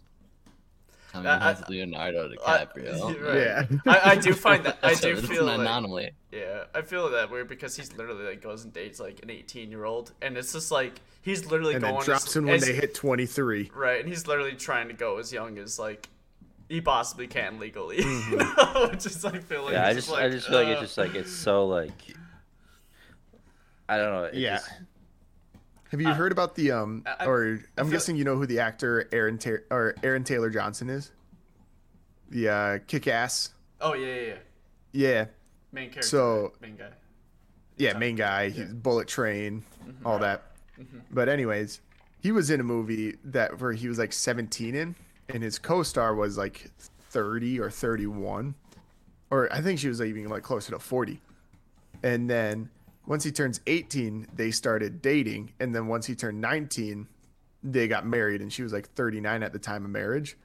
B: I mean,
D: I- I-
B: that's Leonardo
D: I-
B: DiCaprio.
D: right.
E: Yeah.
D: I, I do find that I
B: So
D: do
B: it's
D: feel
B: an
D: like,
B: anomaly.
D: yeah, I feel that weird because he's literally like goes and dates like an eighteen year old, and it's just like he's literally
E: and
D: going
E: then
D: as-
E: drops in when
D: as-
E: they hit 23.
D: right, and he's literally trying to go as young as like he possibly can legally,
E: Mm-hmm.
D: you know, which is I feel like
F: yeah i
D: it's
F: just i just feel like it's
D: uh,
F: just like it's so like i don't know it
E: Yeah.
F: just-
E: Have you heard about the um?
D: Uh, I- I-
E: or
D: I
E: I'm
D: feel-
E: guessing you know who the actor Aaron Ta- or Aaron Taylor Johnson is. The uh, Kick-Ass.
D: oh yeah yeah, yeah.
E: Yeah,
D: main character
E: So-
D: main guy
E: yeah, Mm-hmm. main guy, he's Bullet Train, all that. But anyways, he was in a movie that where he was like 17 in, and his co-star was like 30 or 31, or I think she was even like closer to 40. And then once he turns 18, they started dating, and then once he turned 19, they got married, and she was like 39 at the time of marriage.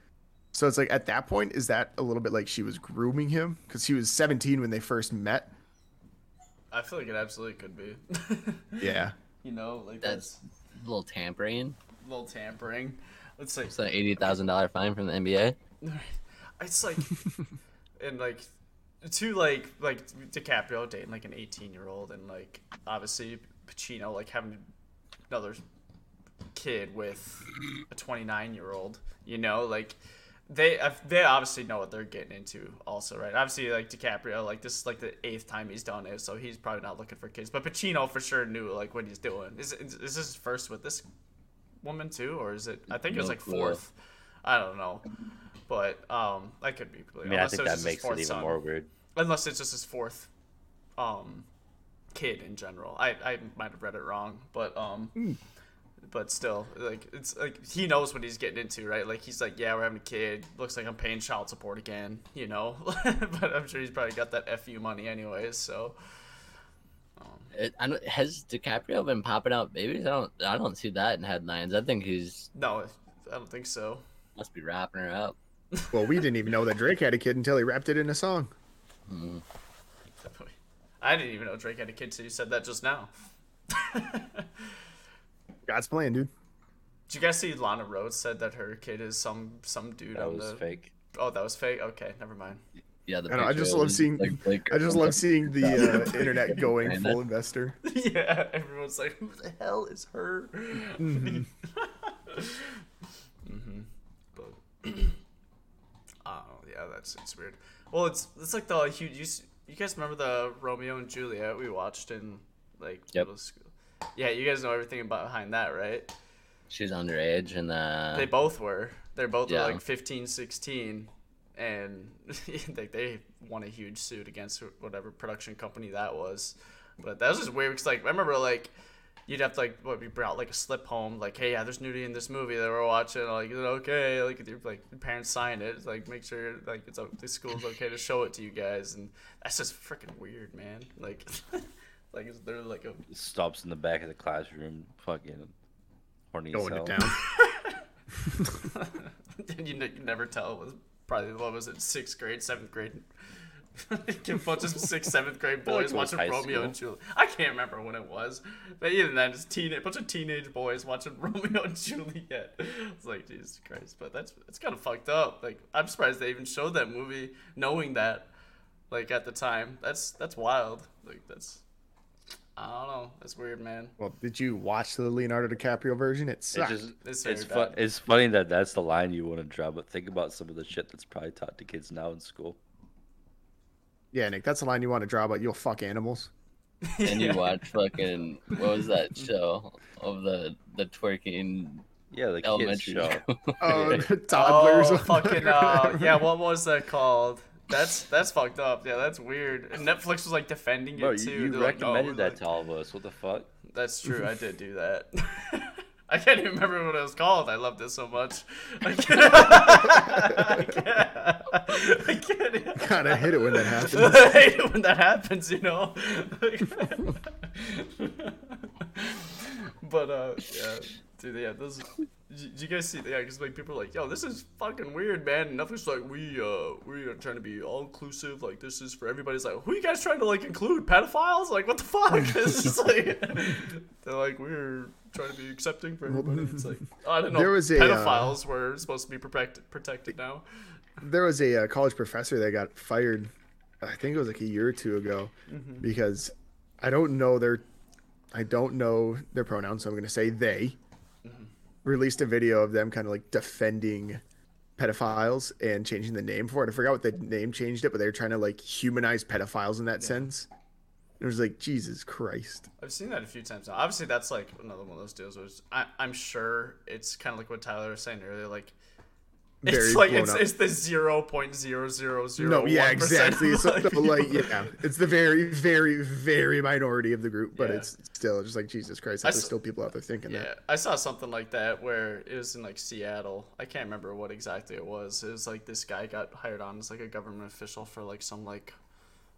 E: So it's like at that point, is that a little bit like she was grooming him because he was 17 when they first met?
D: I feel like it absolutely could be
E: Yeah.
D: you know like
B: That's-
D: that's
B: A little tampering.
D: a little tampering. Let's say
B: It's an eighty thousand dollar fine from the NBA.
D: it's like and like to like like DiCaprio dating like an 18 year old and like obviously Pacino like having another kid with a 29 year old you know like they I've- they obviously know what they're getting into also right obviously like DiCaprio like this is like the eighth time he's done it so he's probably not looking for kids but Pacino for sure knew like what he's doing is is this his first with this woman too or is it I think it was
B: No
D: like
B: clue.
D: fourth I don't know but um that could be
F: i mean i think that makes it even more weird
D: unless it's just his fourth um kid in general i i might have read it wrong but um but still like it's like he knows what he's getting into right like he's like yeah we're having a kid looks like i'm paying child support again you know but i'm sure he's probably got that fu money anyways so
B: It, I don't, has DiCaprio been popping out babies? I don't. I don't see that in headlines. I think he's
D: no i don't think so
B: must be wrapping her up.
E: Well, we didn't even know that Drake had a kid until he rapped it in a song.
D: i didn't even know drake had a kid so you said that just now
E: God's plan, dude.
D: did you guys see lana rhodes said that her kid is some some dude
F: that
D: on
F: was
D: the
F: fake
D: oh that was fake okay never mind
B: Yeah, the
E: I don't know, I
B: picture
E: just
B: of
E: love
B: him,
E: seeing-
B: Blake
E: I just
B: Griffin.
E: love seeing the uh, internet going full investor.
D: yeah, everyone's like, who the hell is her? hmm Mm-hmm. But I don't know. Yeah, that's it's weird. Well, it's it's like the huge. You, s- you guys remember the Romeo and Juliet we watched in like
B: Yep.
D: middle school? Yeah, you guys know everything about behind that, right?
B: She's underage and uh,
D: they both were. They're both were,
B: Yeah.
D: like 15, 16, and they, they won a huge suit against whatever production company that was. But that was just weird because, like, I remember, like, you'd have to, like, what, we brought, like, a slip home, like, hey, yeah, there's nudity in this movie that we're watching. Like, is it okay? Like, if your, like, your parents sign it. It's Like, make sure, like, it's o- the school's okay to show it to you guys. And that's just freaking weird, man. Like, like, is there, like, a
F: stops in the back of the classroom fucking horny as
E: Going to
F: hell.
E: town.
D: you, ne- you never tell. It was probably what was it, sixth grade, seventh grade? Like, a bunch of sixth, seventh grade
F: like
D: boys
F: it was
D: watching
F: high
D: Romeo and Juliet. I can't remember when it was, but even then, it's teen, a bunch of teenage boys watching Romeo and Juliet. It's like Jesus Christ, but that's it's kind of fucked up. Like I'm surprised they even showed that movie, knowing that, like at the time, that's that's wild. Like that's, I I don't know. That's weird, man.
E: Well, did you watch the Leonardo DiCaprio version? It
F: It's
E: sucked.
F: just
D: It's
F: it's,
D: very
F: fu-
D: bad.
F: it's funny that that's the line you want to draw, but think about some of the shit that's probably taught to kids now in school.
E: Yeah, Nick, that's the line you want to draw, but you'll fuck animals.
B: And you watch fucking what was that show of the the twerking
F: Yeah, the kids
B: elementary
F: show.
B: show?
E: Oh, toddlers.
D: Oh, fucking uh, yeah. What was that called? That's that's fucked up. Yeah, that's weird. And Netflix was like defending it
F: Bro, you,
D: too.
F: you
D: They're like, oh,
F: recommended that
D: like-
F: to all of us. What the fuck?
D: That's true. I did do that. I can't even remember what it was called. I loved it so much. I can't. I can't. I can't.
E: God, I hate it when that happens.
D: I hate it when that happens, you know. but uh, yeah, dude, yeah, those. Do you guys see? Yeah, because like people are like, "Yo, this is fucking weird, man." And Netflix is like, "We uh, we are trying to be all inclusive. Like, this is for everybody." It's like, who you guys trying to like include? Pedophiles? Like, what the fuck? This is like, they're like, we're trying to be accepting for everybody. It's like, I don't know.
E: There was a, uh,
D: pedophiles were supposed to be protected protected now.
E: there was a uh, college professor that got fired. I think it was like a year or two ago,
D: Mm-hmm.
E: because I don't know their, I don't know their pronouns. So I'm gonna say they.
D: Mm-hmm.
E: Released a video of them kind of like defending pedophiles and changing the name for it. I forgot what the name changed it, but they were trying to like humanize pedophiles in that sense. It was like Jesus Christ.
D: I've seen that a few times now. Obviously, that's like another one of those deals. Where it's- I, I'm sure it's kind of like what Tyler was saying earlier. Like it's
E: Very
D: like
E: blown
D: it's,
E: up.
D: it's the zero point zero zero zero.
E: No, yeah, exactly. So,
D: Like,
E: so, like, yeah, it's the very, very, very minority of the group, but
D: Yeah.
E: it's still just like Jesus Christ.
D: I
E: There's
D: s-
E: still people out there thinking that.
D: Yeah, I saw something like that where it was in like Seattle. I can't remember what exactly it was. It was like this guy got hired on as like a government official for like some like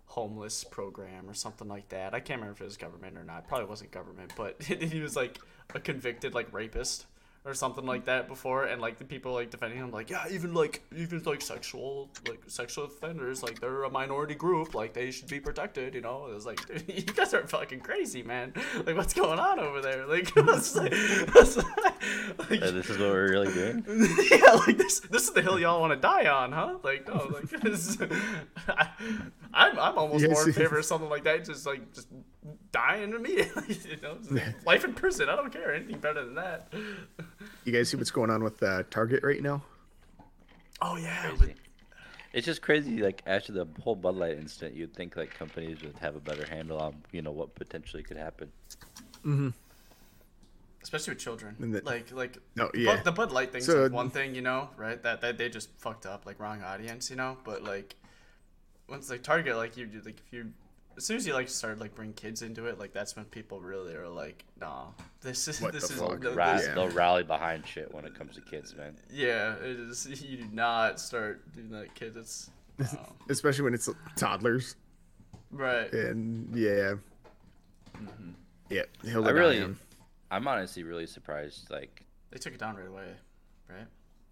D: homeless program or something like that. I can't remember if it was government or not. Probably wasn't government, but he was like a convicted like rapist or something like that before and like the people like defending him like yeah even like even like sexual like sexual offenders like they're a minority group like they should be protected you know it was like dude, you guys are fucking crazy man like what's going on over there like, it was like, it was like-
F: Uh, this is what we're really doing.
D: yeah, like this this is the hill y'all want to die on, huh? Like no, like this, I, I'm I'm almost
E: Yes,
D: more in
E: yes.
D: favor of something like that. Just like just dying immediately, you know? Just, like, life in prison. I don't care anything better than that.
E: You guys see what's going on with uh, Target right now?
D: Oh yeah, but,
F: Crazy. It's just crazy. Like after the whole Bud Light incident, you'd think like companies would have a better handle on you know what potentially could happen.
D: especially with children.
E: And the-
D: like like
E: No,
D: Bud-
E: yeah.
D: the Bud Light thing's
E: So-
D: like one thing, you know, right? That that they just fucked up, like wrong audience, you know. But like once they target, like you do, like if you as soon as you like start like bring kids into it, like that's when people really are like, nah, this is
E: What
D: this
E: the
D: is
E: fuck?
D: no, this-
F: Right?
E: Yeah.
F: They'll rally behind shit when it comes to kids, man.
D: yeah, it is. You do not start doing that, kids. It's um,
E: Especially when it's toddlers.
D: right.
E: And yeah.
D: Mm-hmm.
E: Yeah, he'll die
F: I really,
E: him.
F: I'm honestly really surprised. Like,
D: They took it down right away, right?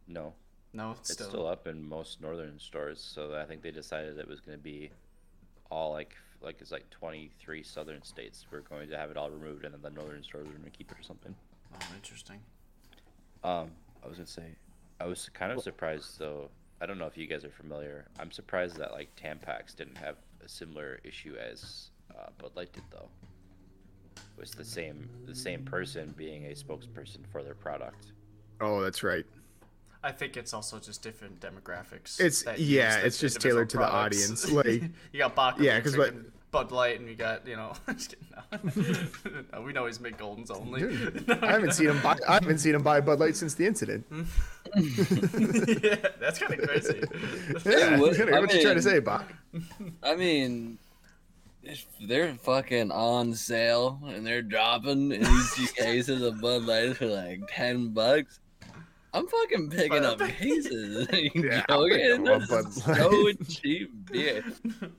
F: no,
D: No, it's,
F: it's
D: still,
F: still up in most northern stores. So I think they decided it was going to be all like like it's like 23 southern states were going to have it all removed, and then the northern stores were going to keep it or something.
D: Oh, interesting.
F: Um, I was gonna say, I was kind of surprised though. I don't know if you guys are familiar. I'm surprised that like Tampax didn't have a similar issue as uh, Bud Light did though. It was the same the same person being a spokesperson for their product.
E: Oh, that's right.
D: I think it's also just different demographics.
E: It's-
D: that
E: yeah,
D: use the
E: it's just
D: individual
E: tailored to the audience, like-
D: you got Baca,
E: Yeah,
D: yeah,
E: 'cause
D: because
E: like-
D: Bud Light, and you got you know. just kidding, no. No, we know he's Mick Golden's only.
E: Dude,
D: No,
E: I haven't seen him buy I haven't seen him buy Bud Light since the incident.
D: yeah, that's kind of crazy.
E: Yeah,
B: what-
E: what,
B: I
E: you trying to
B: mean-
E: say, Bob?
B: I mean, if they're fucking on sale and they're dropping in these cases of Bud Light for like ten bucks. I'm fucking picking up cases. You
E: Yeah, I'm
B: joking?
E: picking up a
B: That's
E: Bud
B: so cheap beer.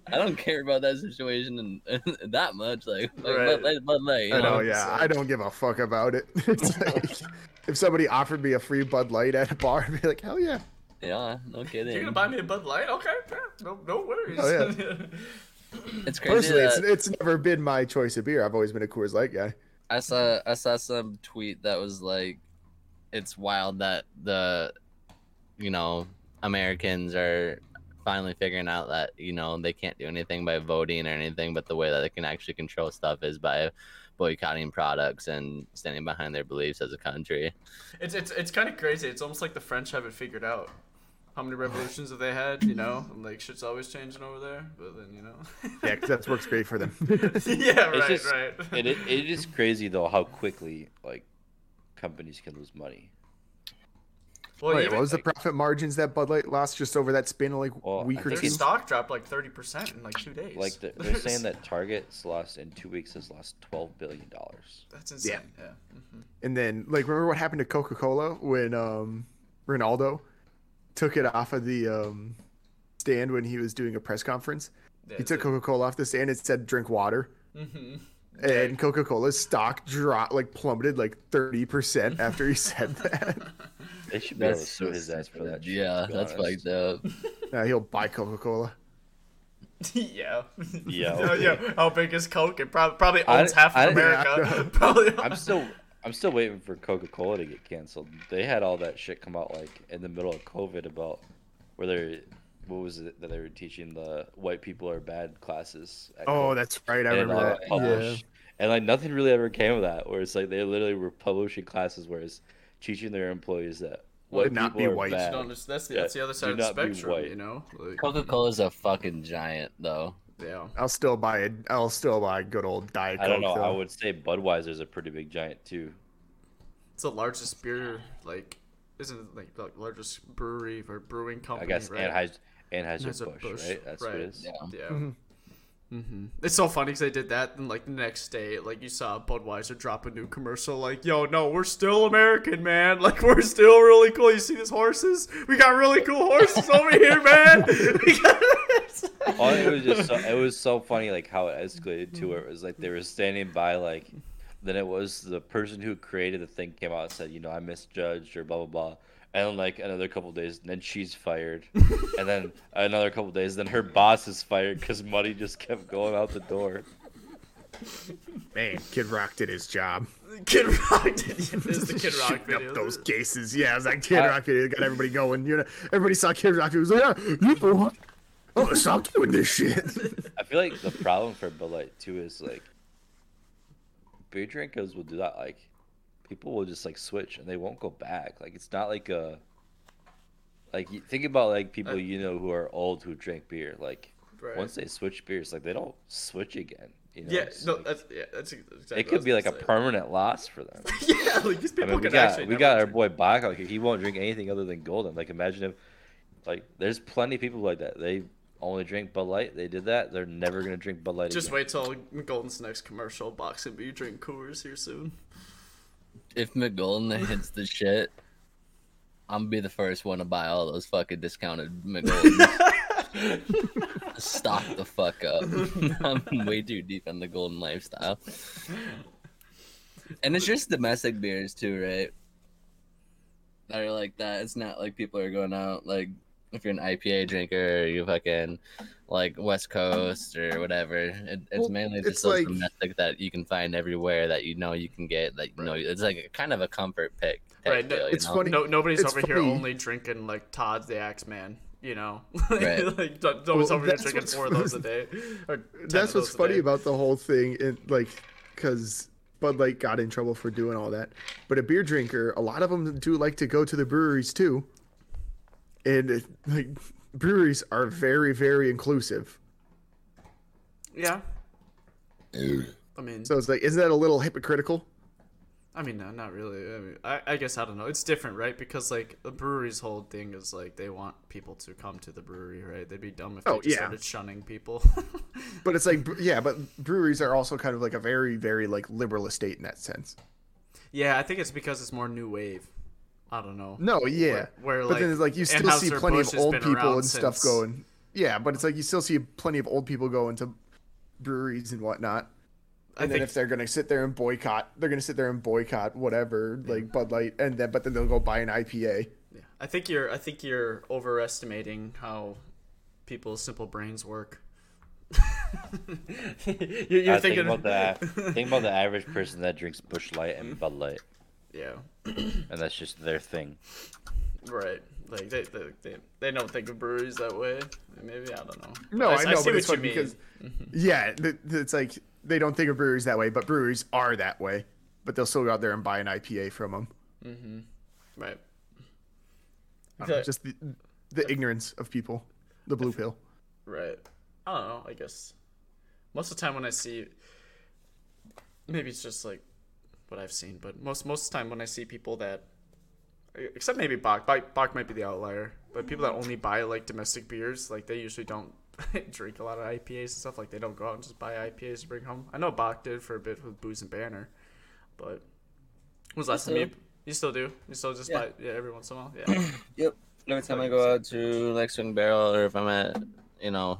B: I don't care about that situation and, that much. Like, like
D: Right.
B: Bud Light, Bud Light. You
E: I know,
B: know?
E: yeah. I don't give a fuck about it. It's like, if somebody offered me a free Bud Light at a bar, I'd be like, hell yeah.
B: Yeah, no
D: You're
B: kidding.
D: gonna buy me a Bud Light? Okay, yeah, no, no worries.
E: Oh,
B: It's crazy.
E: Personally,
B: that-
E: it's, it's never been my choice of beer. I've always been a Coors Light guy.
B: I saw I saw some tweet that was like, "It's wild that the, you know, Americans are finally figuring out that you know they can't do anything by voting or anything, but the way that they can actually control stuff is by boycotting products and standing behind their beliefs as a country.
D: It's it's it's kind of crazy. It's almost like the French have it figured out. How many revolutions have they had? You know, and like shit's always changing over there. But then you know,
E: Yeah, because that's works great for them.
D: yeah,
F: It's
D: right,
F: just-
D: right.
F: it, i- it is crazy though how quickly like companies can lose money.
D: well,
E: Wait,
D: even-
E: what was the profit margins that Bud Light lost just over that span of like
F: Well, I
E: week or
D: their
E: two?
F: think it's-
D: stock dropped like thirty percent in like two days.
F: Like they're, they're saying that Target's lost in two weeks has lost twelve billion dollars.
D: That's insane. Yeah.
E: And then like remember what happened to Coca Cola when um Ronaldo took it off of the um stand when he was doing a press conference.
D: yeah.
E: He took Coca Cola off the stand and said drink water.
F: Mm-hmm.
D: hmm
E: And Coca Cola's stock dropped like plummeted like thirty percent after he said that.
F: They should be able to sue his ass for that. shit,
B: Yeah,
F: to be
B: that's
F: honest.
B: fucked up.
E: now he'll buy Coca Cola.
D: yeah.
F: Yeah,
D: Oh, yeah. How big is Coke? It prob- probably
F: I-
D: owns half
F: I-
D: of America. probably.
F: I'm still I'm still waiting for Coca Cola to get canceled. They had all that shit come out like in the middle of COVID about where they what was it that they were teaching the white people are bad classes. At
E: Oh,
F: Coke,
E: that's right. I
F: and uh, oh, it all
E: remember
F: got
E: that. Yeah.
F: published. And like nothing really ever came of that. Where it's like they literally were publishing classes where it's teaching their employees that white
E: not
F: people
E: be
F: are
E: white.
F: bad.
D: Don't understand- that's, the,
F: Yeah,
D: that's the other
F: do
D: side of the
F: not be
D: spectrum,
F: white.
D: you know. Like,
B: Coca Cola's a fucking giant, though.
D: yeah.
E: I'll still buy it. I'll still buy good old Diet Coke.
F: I don't know. I
E: though.
F: would say Budweiser's a pretty big giant too.
D: It's the largest beer, like, isn't it like the largest brewery or brewing
F: I
D: company?
F: guess
D: right?
F: Anheuser Anheuser
D: Anheuser-Busch,
F: Busch, right? That's what
D: right,
F: it is.
B: Yeah.
D: Yeah. Mhm. It's so funny because they did that, and like the next day, like you saw Budweiser drop a new commercial, like "Yo, no, we're still American, man. Like we're still really cool. You see these horses? We got really cool horses over here, man. We got-
F: Oh, it was just so, it was so funny like how it escalated to where it was like they were standing by like then it was the person who created the thing came out and said you know I misjudged or blah blah blah and then, like another couple days then she's fired and then another couple days then her boss is fired because money just kept going out the door.
E: Man, Kid Rock did his job.
D: Kid Rock did yeah, there's the Kid Rock
E: Shooting
D: video.
E: up those cases. Yeah, it was like Kid
F: I-
E: Rock video got everybody going. You know, everybody saw Kid Rock. It was like, yeah, you know what? I'm gonna stop doing this shit.
F: I feel like the problem for Bud Light too is like beer drinkers will do that. Like people will just like switch and they won't go back. Like it's not like a like you think about like people you know who are old who drink beer. Like
D: Right.
F: once they switch beers, like they don't switch again. You know?
D: Yeah,
F: It's
D: no,
F: like-
D: that's yeah, that's exactly.
F: it could be like a
D: perm.
F: permanent loss for them.
D: yeah, like these people
F: I mean, we
D: could actually.
F: got we
D: never
F: got our
D: drink.
F: boy Bach out here. He won't drink anything other than Golden. Like imagine if, like, there's plenty of people like that. They only drink Bud Light. They did that. They're never gonna drink Bud Light.
D: Just
F: again.
D: wait till Golden's next commercial box and you drink Coors here soon.
B: If McGolden hits the shit, I'm gonna be the first one to buy all those fucking discounted McGoldens. Stock the fuck up. I'm way too deep in the golden lifestyle. And it's just domestic beers too, right? That are like that. It's not like people are going out like if you're an IPA drinker or you fucking like West Coast or whatever. It, it's
E: Well,
B: mainly
E: it's
B: just those
E: like-
B: domestic that you can find everywhere that you know you can get that you know it's like a, kind of a comfort pick. type
D: Right, no,
B: deal, you
E: it's
B: know?
E: funny.
D: No, nobody's
E: It's
D: over here
E: funny.
D: only drinking like Todd's the Axeman, you know.
B: Right.
D: like no- nobody's
E: Well,
D: over here
E: that's
D: drinking
E: what's-
D: four of those a day. or 10
E: Uh, That's
D: of
E: what's
D: those a
E: funny
D: day.
E: about the whole thing, and like, because Bud Light got in trouble for doing all that. But a beer drinker, a lot of them do like to go to the breweries too, and it, like, breweries are very, very inclusive.
D: Yeah. I mean,
E: So it's like, isn't that a little hypocritical?
D: I mean, no, not really. I mean, I, I guess I don't know. It's different, right? Because like the brewery's whole thing is like they want people to come to the brewery, right? They'd be dumb if
E: Oh,
D: they just
E: yeah.
D: started shunning people.
E: But it's like, yeah, but breweries are also kind of like a very, very like liberal estate in that sense.
D: yeah, I think it's because it's more new wave. I don't know.
E: No, yeah.
D: where,
E: but then
D: like,
E: it's like you still see
D: Anheuser-Busch
E: plenty of
D: has
E: old
D: been
E: people
D: around
E: and stuff
D: since-
E: going. Yeah, but it's like you still see plenty of old people going to breweries and whatnot.
D: I
E: And then
D: think
E: if they're gonna sit there and boycott, they're gonna sit there and boycott whatever, like Bud Light, and then but then they'll go buy an IPA.
D: I think you're I think you're overestimating how people's simple brains work. You- you're
F: I think
D: thinking
F: about that. think about the average person that drinks Bush Light and Bud Light,
D: Yeah,
F: and that's just their thing.
D: right. Like they, they, they, they don't think of breweries that way. Maybe I don't know.
E: No, I,
D: s-
E: know,
D: see
E: but it's
D: what
E: funny because yeah, th- th- it's like they don't think of breweries that way, but breweries are that way. But they'll still go out there and buy an IPA from them.
D: right. Okay,
E: Just the, the ignorance of people, the blue pill.
D: Right. I don't know. I guess most of the time when I see, maybe it's just like what I've seen, but most most of the time when I see people that, except maybe Bach, Bach, Bach might be the outlier, but people that only buy like domestic beers, like they usually don't drink a lot of IPAs and stuff. Like they don't go out and just buy IPAs to bring home. I know Bach did for a bit with Booze and Banner, but was last time you you still do you still just
B: Yeah.
D: buy yeah every once in a while yeah
B: Yep. Every time I go out to Lexington Barrel, or if I'm at, you know,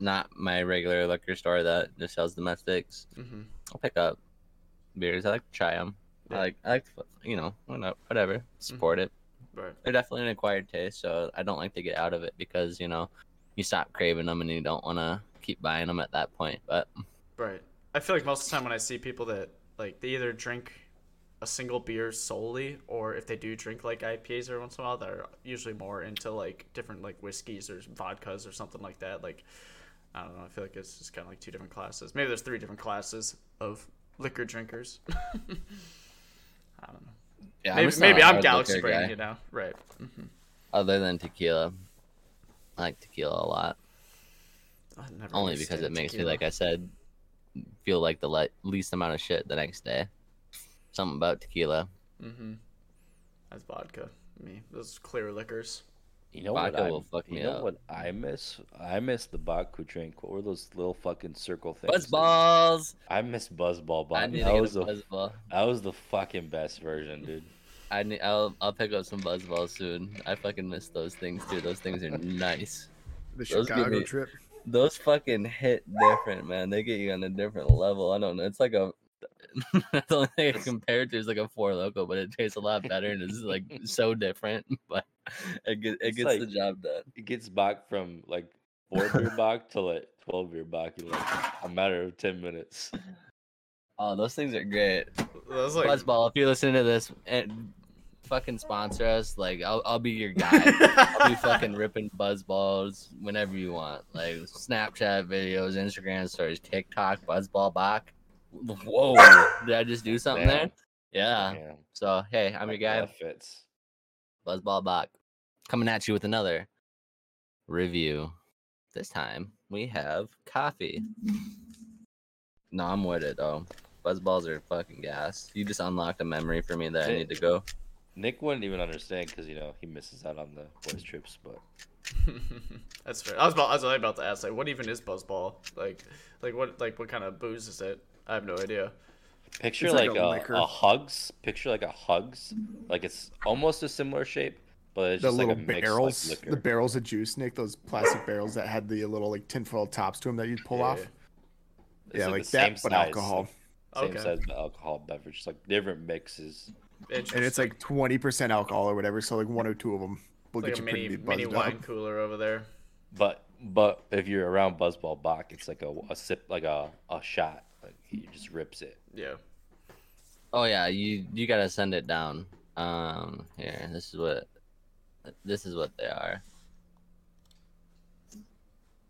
B: not my regular liquor store that just sells domestics,
D: Mhm.
B: I'll pick up beers. I like to try them.
D: Yeah.
B: I like, I like, to, you know, whatnot- whatever. Support it.
D: Mm-hmm. right
B: They're definitely an acquired taste, so I don't like to get out of it because you know, you stop craving them and you don't want to keep buying them at that point. But
D: Right. I feel like most of the time when I see people that like they either drink a single beer solely, or if they do drink like IPAs every once in a while, they're usually more into like different like whiskeys or vodkas or something like that. Like I don't know. I feel like it's just kind of like two different classes. Maybe there's three different classes of liquor drinkers.
B: yeah,
D: maybe
B: just not
D: maybe
B: a
D: I'm
B: hard
D: Galaxy
B: liquor
D: Brain,
B: guy,
D: you know? Right.
B: Other than tequila, I like tequila a lot.
D: I never
B: Only because
D: understand
B: it makes
D: tequila.
B: me, like I said, feel like the le- least amount of shit the next day. Something about tequila.
D: that's vodka. Me, those clear liquors.
F: You know
B: Vodka
F: what?
B: will
F: I,
B: fuck me
F: you know
B: up.
F: what I miss? I miss the Baku drink. What were those little fucking circle things?
B: Buzz balls.
F: I miss Buzzball
B: I
F: Bomb.
B: need to
F: That
B: get
F: was
B: a
F: the
B: buzz ball.
F: that was the fucking best version, dude.
B: I need, I'll I'll pick up some buzz balls soon. I fucking miss those things too. Those things are nice.
E: The
B: Those give
E: Chicago
B: me-
E: trip.
B: Those fucking hit different, man. They get you on a different level. I don't know. It's like a the only thing I compare it to is like a four loco, but it tastes a lot better and it's like so different. But it gets it
F: It's
B: gets the
F: like-
B: job done.
F: It gets back from like four beer back to like twelve beer back in like a matter of ten minutes.
B: Oh, those things are great.
D: Those like
B: Buzzball, if you're listening to this and fucking sponsor us, like I'll, I'll be your guy. I'll be fucking ripping buzzballs whenever you want, like Snapchat videos, Instagram stories, TikTok, buzzball back. Whoa, did I just do something there?
F: Damn.
B: Yeah.
F: Damn,
B: So hey, I'm your
F: that-
B: guy,
F: That fits.
B: buzzball back, coming at you with another review. This time we have coffee. No, I'm with it though. Buzzballs are fucking gas. You just unlocked a memory for me that I need to go.
F: Nick wouldn't even understand because you know he misses out on the boys trips, but
D: That's fair. I was about, I was only about to ask, like, what even is Buzzball? Like, like what, like what kind of booze is it? I have no idea.
F: Picture
E: It's like
F: like,
E: a
F: a,
E: liquor.
F: a, hugs. Picture like a hugs. Like it's almost a similar shape, but it's
E: The
F: just
E: little
F: like a mixed
E: barrels,
F: like,
E: the
F: liquor.
E: barrels of juice, Nick. Those plastic barrels that had the little like tinfoil tops to them that you'd pull
D: Yeah,
E: off.
D: yeah.
F: It's
E: Yeah, like
F: the same
E: that, but
F: size,
E: alcohol.
F: Like, same
D: Okay.
F: size but alcohol beverage, just, like different mixes.
D: Interesting.
E: And it's like twenty percent alcohol or whatever. So like one or two of them will
D: like
E: get
D: a
E: you
D: mini
E: pretty
D: mini
E: buzzed
D: wine
E: up.
D: cooler over there.
F: But but if you're around Buzzball Bach, it's like a, a sip, like a, a shot. Like he just rips it.
D: Yeah.
B: Oh yeah, you you gotta send it down. Um, here, this is what this is what they are.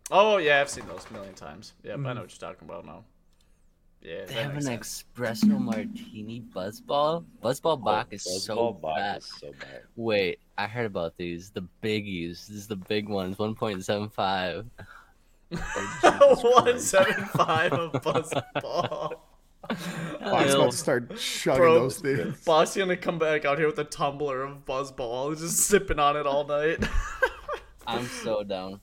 D: Oh yeah, I've seen those a million times. Yeah, I know what you're talking about now. Yeah.
B: Mm. They
D: that
B: have
D: makes
B: an
D: sense.
B: espresso martini buzzball. Buzzball Bach is so
F: Buzzball Oh, Bach
B: bad.
F: is so bad.
B: Wait, I heard about these. The biggies. This is the big ones. One point seven five.
D: 175 of Buzzball.
E: Bach's Oh, about to
B: That's
E: start chugging
D: Bro.
E: those things.
D: Boss gonna come back out here with a tumbler of Buzzball, just sipping on it all night.
B: I'm so down.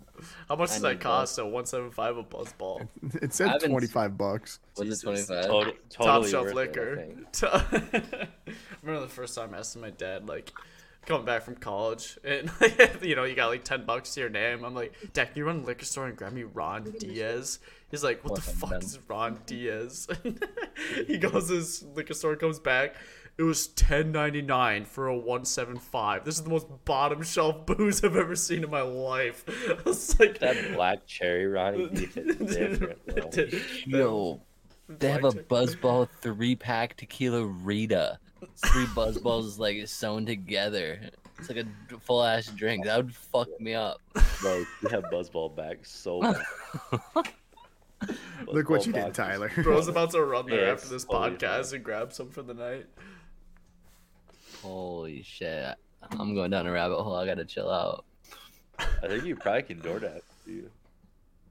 D: How much does that
B: need
D: cost? So 175 a Buzzball.
E: It
B: I've
E: said
B: been-
E: twenty five bucks.
B: Was it twenty
D: Jesus. Oh,
B: five?
F: Tot- totally
D: top
F: worth
D: shelf
F: it, I
D: liquor.
F: think.
D: I remember the first time I asked my dad, like, coming back from college, and you know, you got like ten bucks to your name. I'm like, Dad, can you run to the liquor store and grab me Ron Diaz? He's like, What the
B: Welcome,
D: fuck
B: Ben.
D: is Ron Diaz? he goes to this liquor store, comes back. It was ten ninety nine for a one seven five. This is the most bottom shelf booze I've ever seen in my life. I was like,
F: That black cherry Ronnie D hit different. bro.
B: Yo, they have a Buzzball three pack tequila Rita. Three Buzzballs is like sewn together. It's like a full ass drink. That would fuck me up.
F: Bro, you have Buzzball back so much.
E: Look what
F: Buzzball
E: you
F: back
E: did,
F: is-
E: Tyler.
D: Bro's about to run there
F: Yeah,
D: after this
F: it's totally
D: podcast and grab some for the night.
B: Holy shit. I'm going down a rabbit hole. I gotta chill out.
F: I think you probably can DoorDash. dude.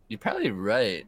B: You're probably right.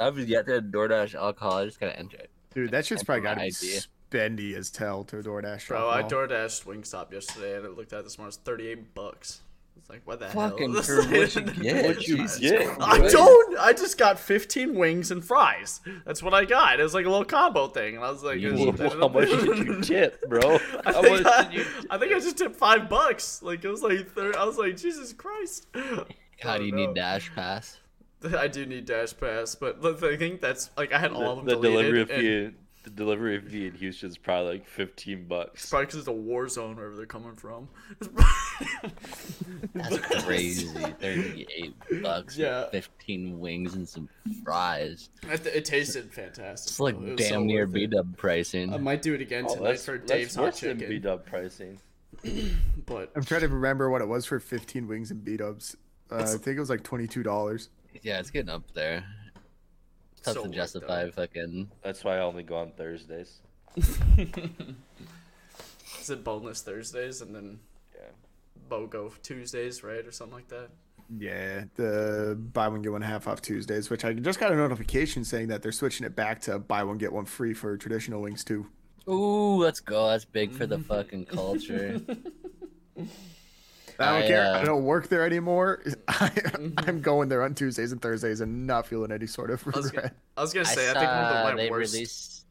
B: I've yet to DoorDash alcohol. I just gotta enter it.
E: Dude, that shit's
B: I have
E: probably
B: no
E: got to be
B: idea.
E: spendy as hell to DoorDash.
D: Bro, Oh, I
E: alcohol.
D: DoorDashed Wingstop yesterday and I looked at it this morning. It's 38 bucks. It's like, what the
B: Fucking
D: hell?
B: for what you get,
D: What you
F: Jesus get. Christ.
D: I don't. I just got 15 wings and fries. That's what I got. It was like a little combo thing. And I was like, it was-
F: How much did you tip, bro?
D: I
F: How
D: think
F: much
D: I,
F: did you
D: I think I just tipped five bucks. Like it was like thir- I was like Jesus Christ.
B: How do you
D: Oh, no.
B: need Dash Pass?
D: I do need Dash Pass, but look, I think that's like I had all of them
F: the, the
D: deleted.
F: delivery
D: and-
F: fee the delivery fee in Houston's probably like fifteen
D: It's
F: bucks.
D: probably because it's a war zone wherever they're coming from.
B: That's crazy. 38 bucks. for
D: Yeah.
B: 15 wings and some fries.
D: it, it tasted fantastic.
B: It's like
D: though. Oh, It was
B: damn
D: so
B: near
D: worth it. Um,
B: B dub pricing.
D: I might do it again
F: Oh,
D: tonight
F: that's,
D: for
F: that's
D: Dave's hot
F: worse than
D: chicken.
F: B Dub pricing.
D: but
E: I'm trying to remember what it was for 15 wings and beat ups. Uh, I think it was like $22.
B: yeah, it's getting up there. It's tough
D: So
B: to
D: worth it.
B: justify fucking.
F: That's why I only go on Thudays.
D: is it boneless Thursdays and then
F: Yeah.
D: BOGO Tuesdays, right, or something like that?
E: Yeah, the buy one, get one half off Tuesdays, which I just got a notification saying that they're switching it back to buy one, get one free for traditional wings too.
B: Ooh, let's go. That's big for
D: Mm-hmm.
B: the fucking culture.
E: I don't
B: I,
E: care.
B: uh,
E: I don't work there anymore. I, I'm going there on Tuesdays and Thursdays and not feeling any sort of
D: I was gonna,
E: regret.
D: I was gonna
B: I
D: say I,
B: saw
D: think one of the, my
B: they
D: worst.
B: released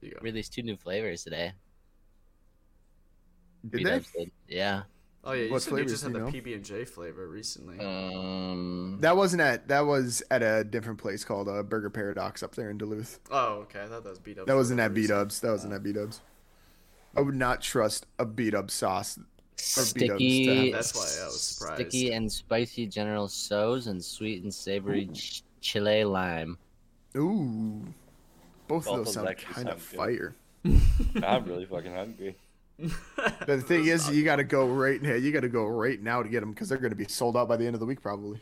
D: There you go.
B: released two new flavors today.
E: Did they?
B: B-Dubs did. Yeah.
D: Oh yeah, you
E: What
D: said you
E: flavors
D: just
E: do
D: had
E: you
D: the
E: know?
D: PB and J flavor recently.
F: Uh,
B: Um,
E: That wasn't at. That was at a different place called uh, Burger Paradox up there in Duluth.
D: oh okay, I thought that was beat up.
E: That wasn't at B Dubs. That wasn't at B Dubs. I would not trust a B Dub sauce. B-Dubs to have
B: sticky.
E: that.
D: That's why I was surprised.
B: Sticky and spicy General So's and sweet and savory ch- chile lime.
E: Ooh, both,
F: Both
E: of
F: those
E: those sound
F: actually
E: kind of
F: sound good.
E: fire.
F: I'm really fucking hungry.
E: But the thing is, you got to go right now. You got to go right now to get them because they're going to be sold out by the end of the week probably.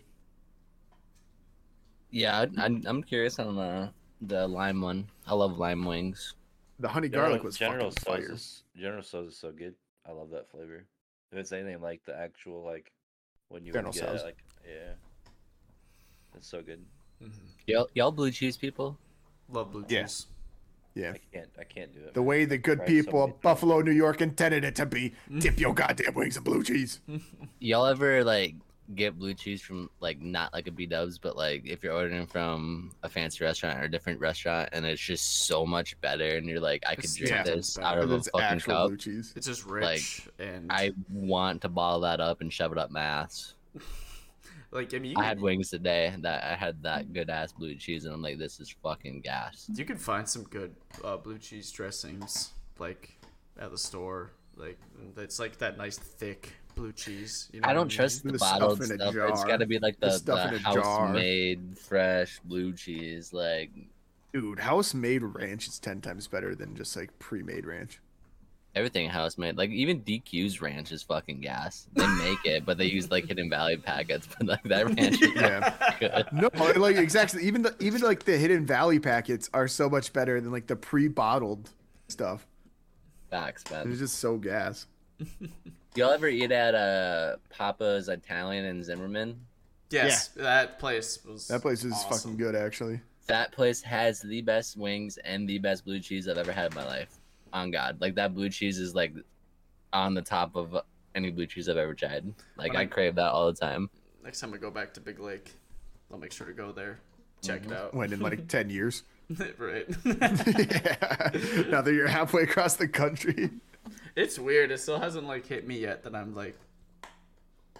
B: Yeah, I, I'm, I'm curious on the the lime one. I love lime wings.
E: The honey
F: General-
E: garlic was
F: General
E: fucking
F: So's
E: fire.
F: is- General So's is so good. I love that flavor. If it's anything like the actual like when you
E: General
F: would get it,
E: So's.
F: like yeah, it's so good.
B: Y'all, y'all blue cheese people?
D: Love blue
E: Yeah.
D: cheese.
E: Yeah.
F: I can't. I can't do it.
E: The
F: man.
E: way the good
F: Right,
E: people
F: somebody-
E: of Buffalo, New York intended it to be.
F: Mm-hmm.
E: Dip your goddamn wings in blue cheese.
B: Y'all ever like get blue cheese from like not like a B Dubs, but like if you're ordering from a fancy restaurant or a different restaurant, and it's just so much better, and you're like, I could
D: It's-
B: drink
E: yeah,
B: this
D: it's
B: out
D: better.
B: of a
E: It's
B: fucking
E: actual
B: cup.
E: blue cheese.
D: It's just rich and
B: I want to bottle that up and shove it up my ass.
D: like I mean you
B: I
D: can,
B: had wings today that I had that good ass blue cheese, and I'm like, this is fucking gas.
D: you can find some good uh, blue cheese dressings like at the store. Like it's like that nice thick blue cheese. You know
B: I
D: what
B: don't
D: mean?
B: trust the,
E: The stuff
B: bottled
E: in a
B: stuff. It's
E: jar.
B: got to be like
E: The
B: the, the,
E: stuff in a jar.
B: house-made, fresh blue cheese. Like,
E: Dude, house made ranch is 10 times better than just like pre made ranch.
B: everything house made. Like even DQ's ranch is fucking gas. They make it, but they use like Hidden Valley packets. But like that ranch is not
E: Yeah.
B: good.
E: no, like exactly. Even the even like the Hidden Valley packets are so much better than like the pre bottled stuff.
B: Facts,
E: They're
B: man.
E: just so gas.
B: Y'all ever eat at uh Papa's Italian in Zimmerman?
D: Yes, that place was
E: That place is
D: awesome.
E: fucking good, actually.
B: That place has the best wings and the best blue cheese I've ever had in my life. On God, like that blue cheese is like on the top of any blue cheese I've ever tried. Like
D: When I-
B: I crave that all the time.
D: Next time I go back to Big Lake, I'll make sure to go there. Check it
B: Mm-hmm.
D: out.
E: When in like 10 years.
D: right.
E: yeah. Now that you're halfway across the country.
D: It's weird. It still hasn't like hit me yet that I'm like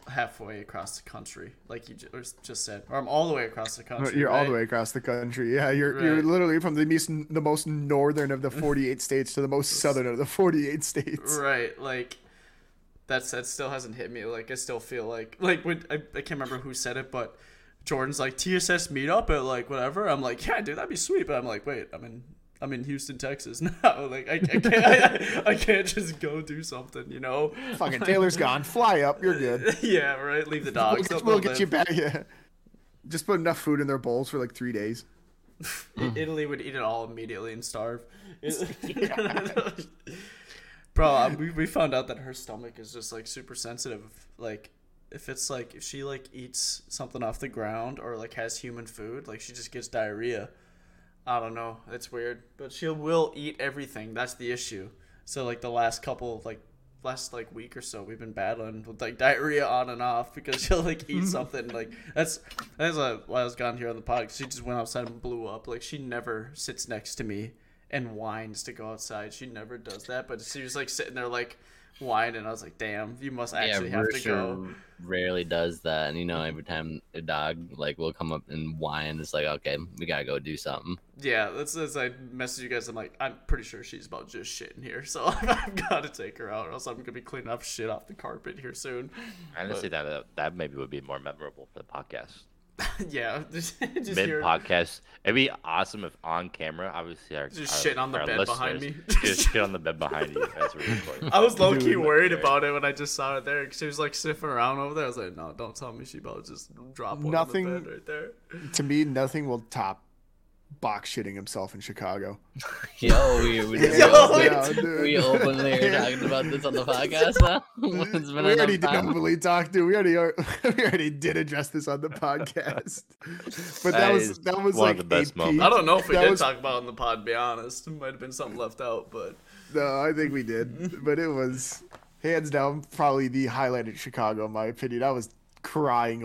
D: halfway across the country, like you ju- or s- just said, or I'm all the way across the country.
E: You're all the
D: right?
E: way across the country. Yeah, you're you're
D: Right.
E: literally from the most the most northern of the 48 states to the most southern of the 48 states.
D: Right, like that's that still hasn't hit me. Like I still feel like like when I, I can't remember who said it, but Jordan's like TSS meetup at like whatever. I'm like, yeah, dude, that'd be sweet. But I'm like, wait, I'm in I'm in Houston, Texas now. Like I, I can't I, I can't just go do something, you know?
G: Fucking Taylor's gone. Fly up. You're good.
D: yeah, right. Leave the
G: We'll
D: dogs.
G: get,
D: They'll-
G: we'll
D: they'll
G: get you
D: live.
G: back. Yeah.
E: Just put enough food in their bowls for like three days.
D: Italy would eat it all immediately and starve. Bro, um, we, we found out that her stomach is just like super sensitive. Like, if it's like, if she like eats something off the ground or like has human food, like she just gets diarrhea. I don't know. It's weird. But she will eat everything. That's the issue. So, like, the last couple, like, last like week or so we've been battling with like diarrhea on and off because she'll like eat something like that's that's uh, why I was gone here on the pod 'cause she just went outside and blew up like she never sits next to me and whines to go outside she never does that but she was like sitting there like whining I was like damn you must actually have to
B: Rooster
D: go
B: rarely does that, and you know, every time a dog like will come up and whine, it's like, okay, we gotta go do something.
D: yeah that's as I message you guys I'm like I'm pretty sure she's about just shitting here so I've got to take her out or else I'm gonna be cleaning up shit off the carpet here soon
H: Honestly, that that- that maybe would be more memorable for the podcast.
D: yeah just, just
H: Mid
D: hear-
H: podcast, it'd be awesome if on camera, obviously our
D: Just
H: our-
D: shit on the
H: our
D: bed behind
H: listeners
D: me.
H: just shit on the bed behind you as we're recording.
D: I was low key worried about it when I just saw it there. 'cause She was like sniffing around over there. I was like, no, don't tell me she about just drop one on the
E: Nothing-
D: bed right there.
E: To me, nothing will top box shitting himself in Chicago.
B: Yo, we we,
D: Yo,
B: we,
D: it's-
E: dude.
B: we openly are talking about this on the podcast now. it's been
E: we
B: enough
E: already did
B: time.
E: openly talk, dude. We already are, we already did address this on the podcast, but that,
H: That
E: was
H: is
E: that was
H: one
E: like
H: of the best
E: eight
H: moments.
D: I don't know if we
E: That
D: did
E: was-
D: talk about it on the pod. to Be honest, it might have been something left out, but
E: No, I think we did, but it was hands down probably the highlight at Chicago, in my opinion. I was crying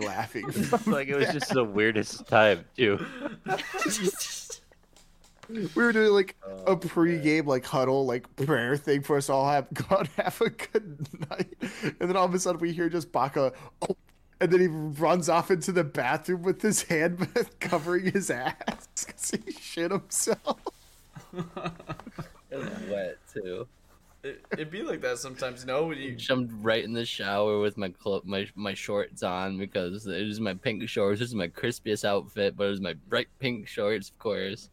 E: laughing.
H: like it was just the weirdest time too.
E: we were doing
H: Oh,
E: like a pre-game like huddle like prayer thing for us all have God have a good night, and then all of a sudden we hear just Baca, oh, and then he runs off into the bathroom with his hand covering his ass because he shit himself.
B: It was wet too.
D: it, it'd be like that sometimes. You know, when you
B: Jumped right in the shower with my clo- my my shorts on because it was my pink shorts. This is my crispiest outfit, but it was my bright pink shorts, of course.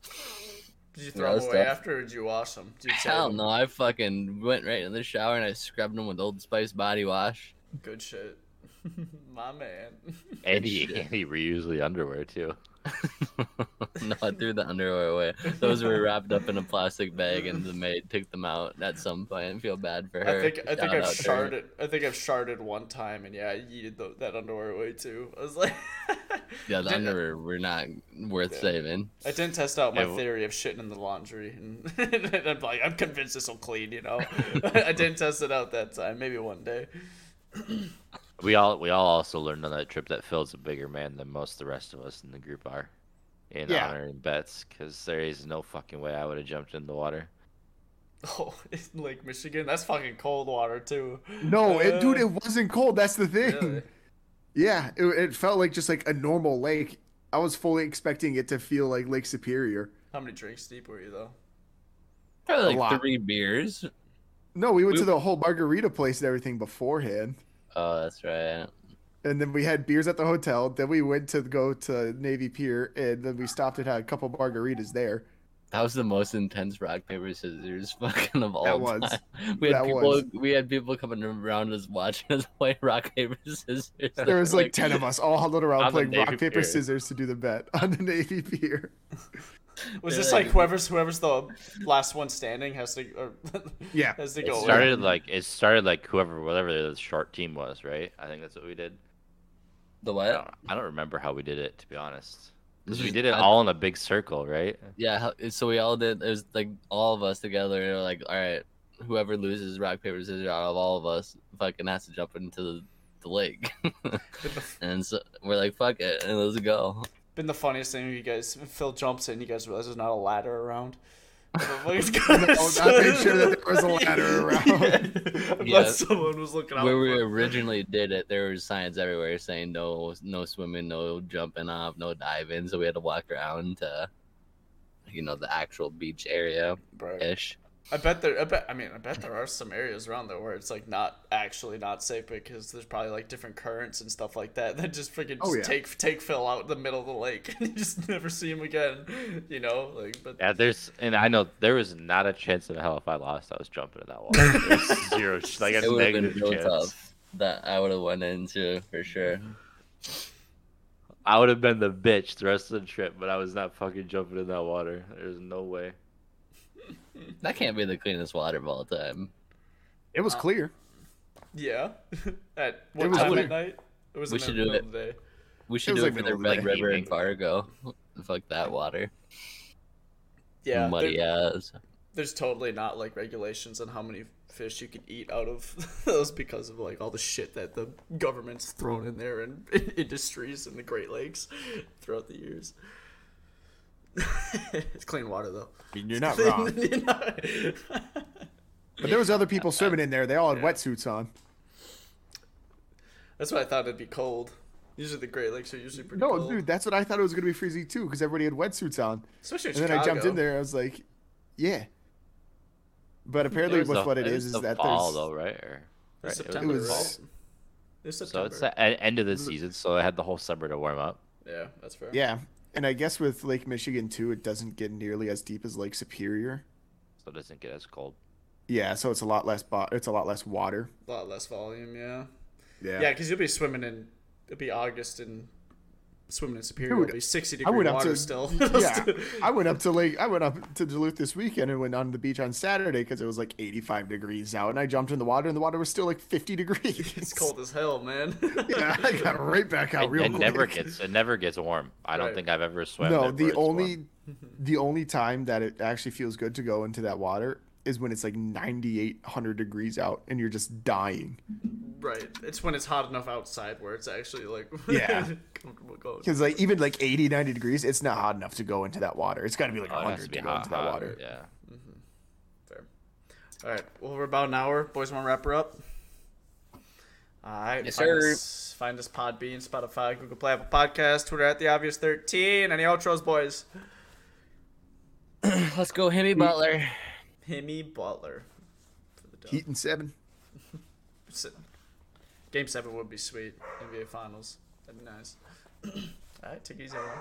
D: did you throw them
B: that's
D: away
B: tough.
D: after, or did you wash them? Did you save
B: Hell
D: 'em?
B: no! I fucking went right in the shower and I scrubbed them with Old Spice body wash.
D: Good shit, my man.
H: And he and he reused the underwear too.
B: no, I threw the underwear away. Those were wrapped up in a plastic bag, and the maid took them out at some point. I feel bad for her.
D: I think I think
B: Shout
D: I've
B: out to her.
D: sharded. I think I've sharded one time, and yeah, I yeeted tho- that underwear away too. I was like,
B: Yeah, the
D: Did-
B: underwear were not worth saving.
D: I didn't test out my
H: w-
D: theory of shitting in the laundry, and, and I'm like, I'm convinced this will clean. You know, I didn't test it out that time. Maybe one day.
H: We all we all also learned on that trip that Phil's a bigger man than most of the rest of us in the group are. In
E: Yeah.
H: honor and bets, because there is no fucking way I would have jumped in the water.
D: Oh, it's Lake Michigan, that's fucking cold water too.
E: No, it, dude,
D: Uh,
E: it wasn't cold. That's the thing.
D: really?
E: Yeah, it, it felt like just like a normal lake. I was fully expecting it to feel like Lake Superior.
D: How many drinks deep were you though?
B: Probably
E: A
B: like
E: lot.
B: three beers.
E: No, we went to the whole margarita place and everything beforehand.
B: Oh, that's right.
E: And then we had beers at the hotel. Then we went to go to Navy Pier and then we stopped and had a couple margaritas there.
B: That was the most intense rock paper scissors fucking of all
E: was.
B: time. We had
E: That
B: people.
E: was.
B: We had people coming around us watching us play rock paper scissors.
E: There was like 10 of us all huddled around
H: On the
E: playing rock,
H: Navy
E: paper,
H: Pier.
E: scissors to do the bet on the Navy Pier.
D: Was
B: Yeah,
D: this
B: like-
D: like whoever's whoever's the last one standing has to or
E: Yeah.
D: has to
H: It
D: go? away?
H: started like it started like whoever whatever the short team was, right? I think that's what we did.
B: the
H: I
B: what?
H: don't, I don't remember how we did it to be honest. 'Cause
B: This
H: we
B: is-
H: did it
B: I-
H: all in a big circle, right?
B: Yeah, how- so we all did. It was like all of us together. And we were like, all right, whoever loses rock paper scissors out of all of us, fucking has to jump into the, the lake. and so we're like, fuck it, and let's go.
D: Been the funniest thing. You guys, Phil jumps in. You guys realize there's not a ladder around. I'm
E: I made Oh, sure that there was a ladder around.
D: Unless
B: Yeah.
D: someone was looking out.
B: Where we
D: for-
B: originally did it, there were signs everywhere saying no, no swimming, no jumping off, no diving. So we had to walk around to, you know, the actual beach area
D: Bro.
B: ish.
D: I bet there. I bet. I mean, I bet there are some areas around there where it's like not actually not safe because there's probably like different currents and stuff like that that just freaking just
F: Oh, yeah.
D: take take Phil out in the middle of the lake and you just never see him again. You know, like but
F: Yeah, there's, and I know there was not a chance in hell if I lost, I was jumping in that water. There's zero, ch- like a
B: It would've been
F: negative
B: real
F: chance. Mm-hmm.
B: tough that I would have went into for sure.
F: I would have been the bitch the rest of the trip, but I was not fucking jumping in that water. There's no way.
B: That can't be the cleanest water of all time.
E: It was clear.
D: yeah, at what
B: was
D: time
B: clear.
D: at night? It was
B: we
D: in
B: should
D: the
B: do
D: middle
B: it.
D: of the day.
B: We should
D: It
B: do
D: was
B: it
D: like
B: for
D: middle
B: the
D: of
B: Red
D: the day.
B: River and Fargo. Fuck that water.
D: Yeah,
B: muddy
D: there-
B: ass.
D: There's totally not like regulations on how many fish you can eat out of those because of like all the shit that the government's thrown in there and industries in the Great Lakes throughout the years. it's clean water though.
E: You're not wrong.
D: You're not-
E: But there was other people swimming in there. They all had wetsuits on.
D: That's why I thought it'd be cold. Usually the Great Lakes are usually pretty
E: No,
D: cold.
E: dude, that's what I thought it was gonna be freezing too, because everybody had wetsuits on.
D: Especially in
E: and then I jumped
D: Chicago.
E: in there. I was like, yeah. But apparently,
F: It was
E: what's
F: the-
E: what it is
F: it was
E: is
F: the
E: that
F: fall,
E: there's
F: though, right? Or-
D: It was
F: right, it
D: September,
F: was the
D: right?
F: fall.
D: It's
F: So
D: September.
F: it's the e- end of the season, so I had the whole summer to warm up.
D: yeah, that's fair.
E: yeah, and I guess with Lake Michigan too, it doesn't get nearly as deep as Lake Superior.
F: So it doesn't get as cold.
E: Yeah, so it's a lot less. Bo- it's a lot less water.
D: A lot less volume, yeah.
E: Yeah.
D: Yeah, because you'll be swimming in. It'll be August and swimming in Superior. it'll be sixty degree water still.
E: yeah, I went up to Lake. I went up to Duluth this weekend and went on the beach on Saturday because it was like 85 degrees out, and I jumped in the water and the water was still like 50 degrees.
D: It's cold as hell, man.
E: yeah, I got right back out
F: It,
E: real
F: it
E: quick.
F: never gets it never gets warm. I don't
D: Right.
F: think I've ever swam.
E: no,
F: there where
E: the
F: it's warm.
E: only the only time that it actually feels good to go into that water is when it's like 9800 degrees out and you're just dying
D: right. It's when it's hot enough outside where it's actually like
E: Yeah.
D: comfortable going.
E: because like even like 80 90 degrees it's not hot enough to go into that water it's got to be like
F: Oh, it has
E: 100
F: to
E: to,
F: be
E: go
F: hot,
E: into that
F: hot,
E: water
F: Yeah.
D: Fair. All right. Well, we're about an hour. Boys, want to wrap her up? All right.
B: Yes,
D: find
B: sir.
D: Us, find us Podbean, Spotify, Google Play, Apple Podcast, Twitter at the obvious thirteen. Any outros, boys?
B: Let's go, Hemi Butler.
D: Himmy Butler.
E: heat and seven
D: S- Game seven would be sweet. NBA Finals. That'd be nice. All right. Take it easy, everyone.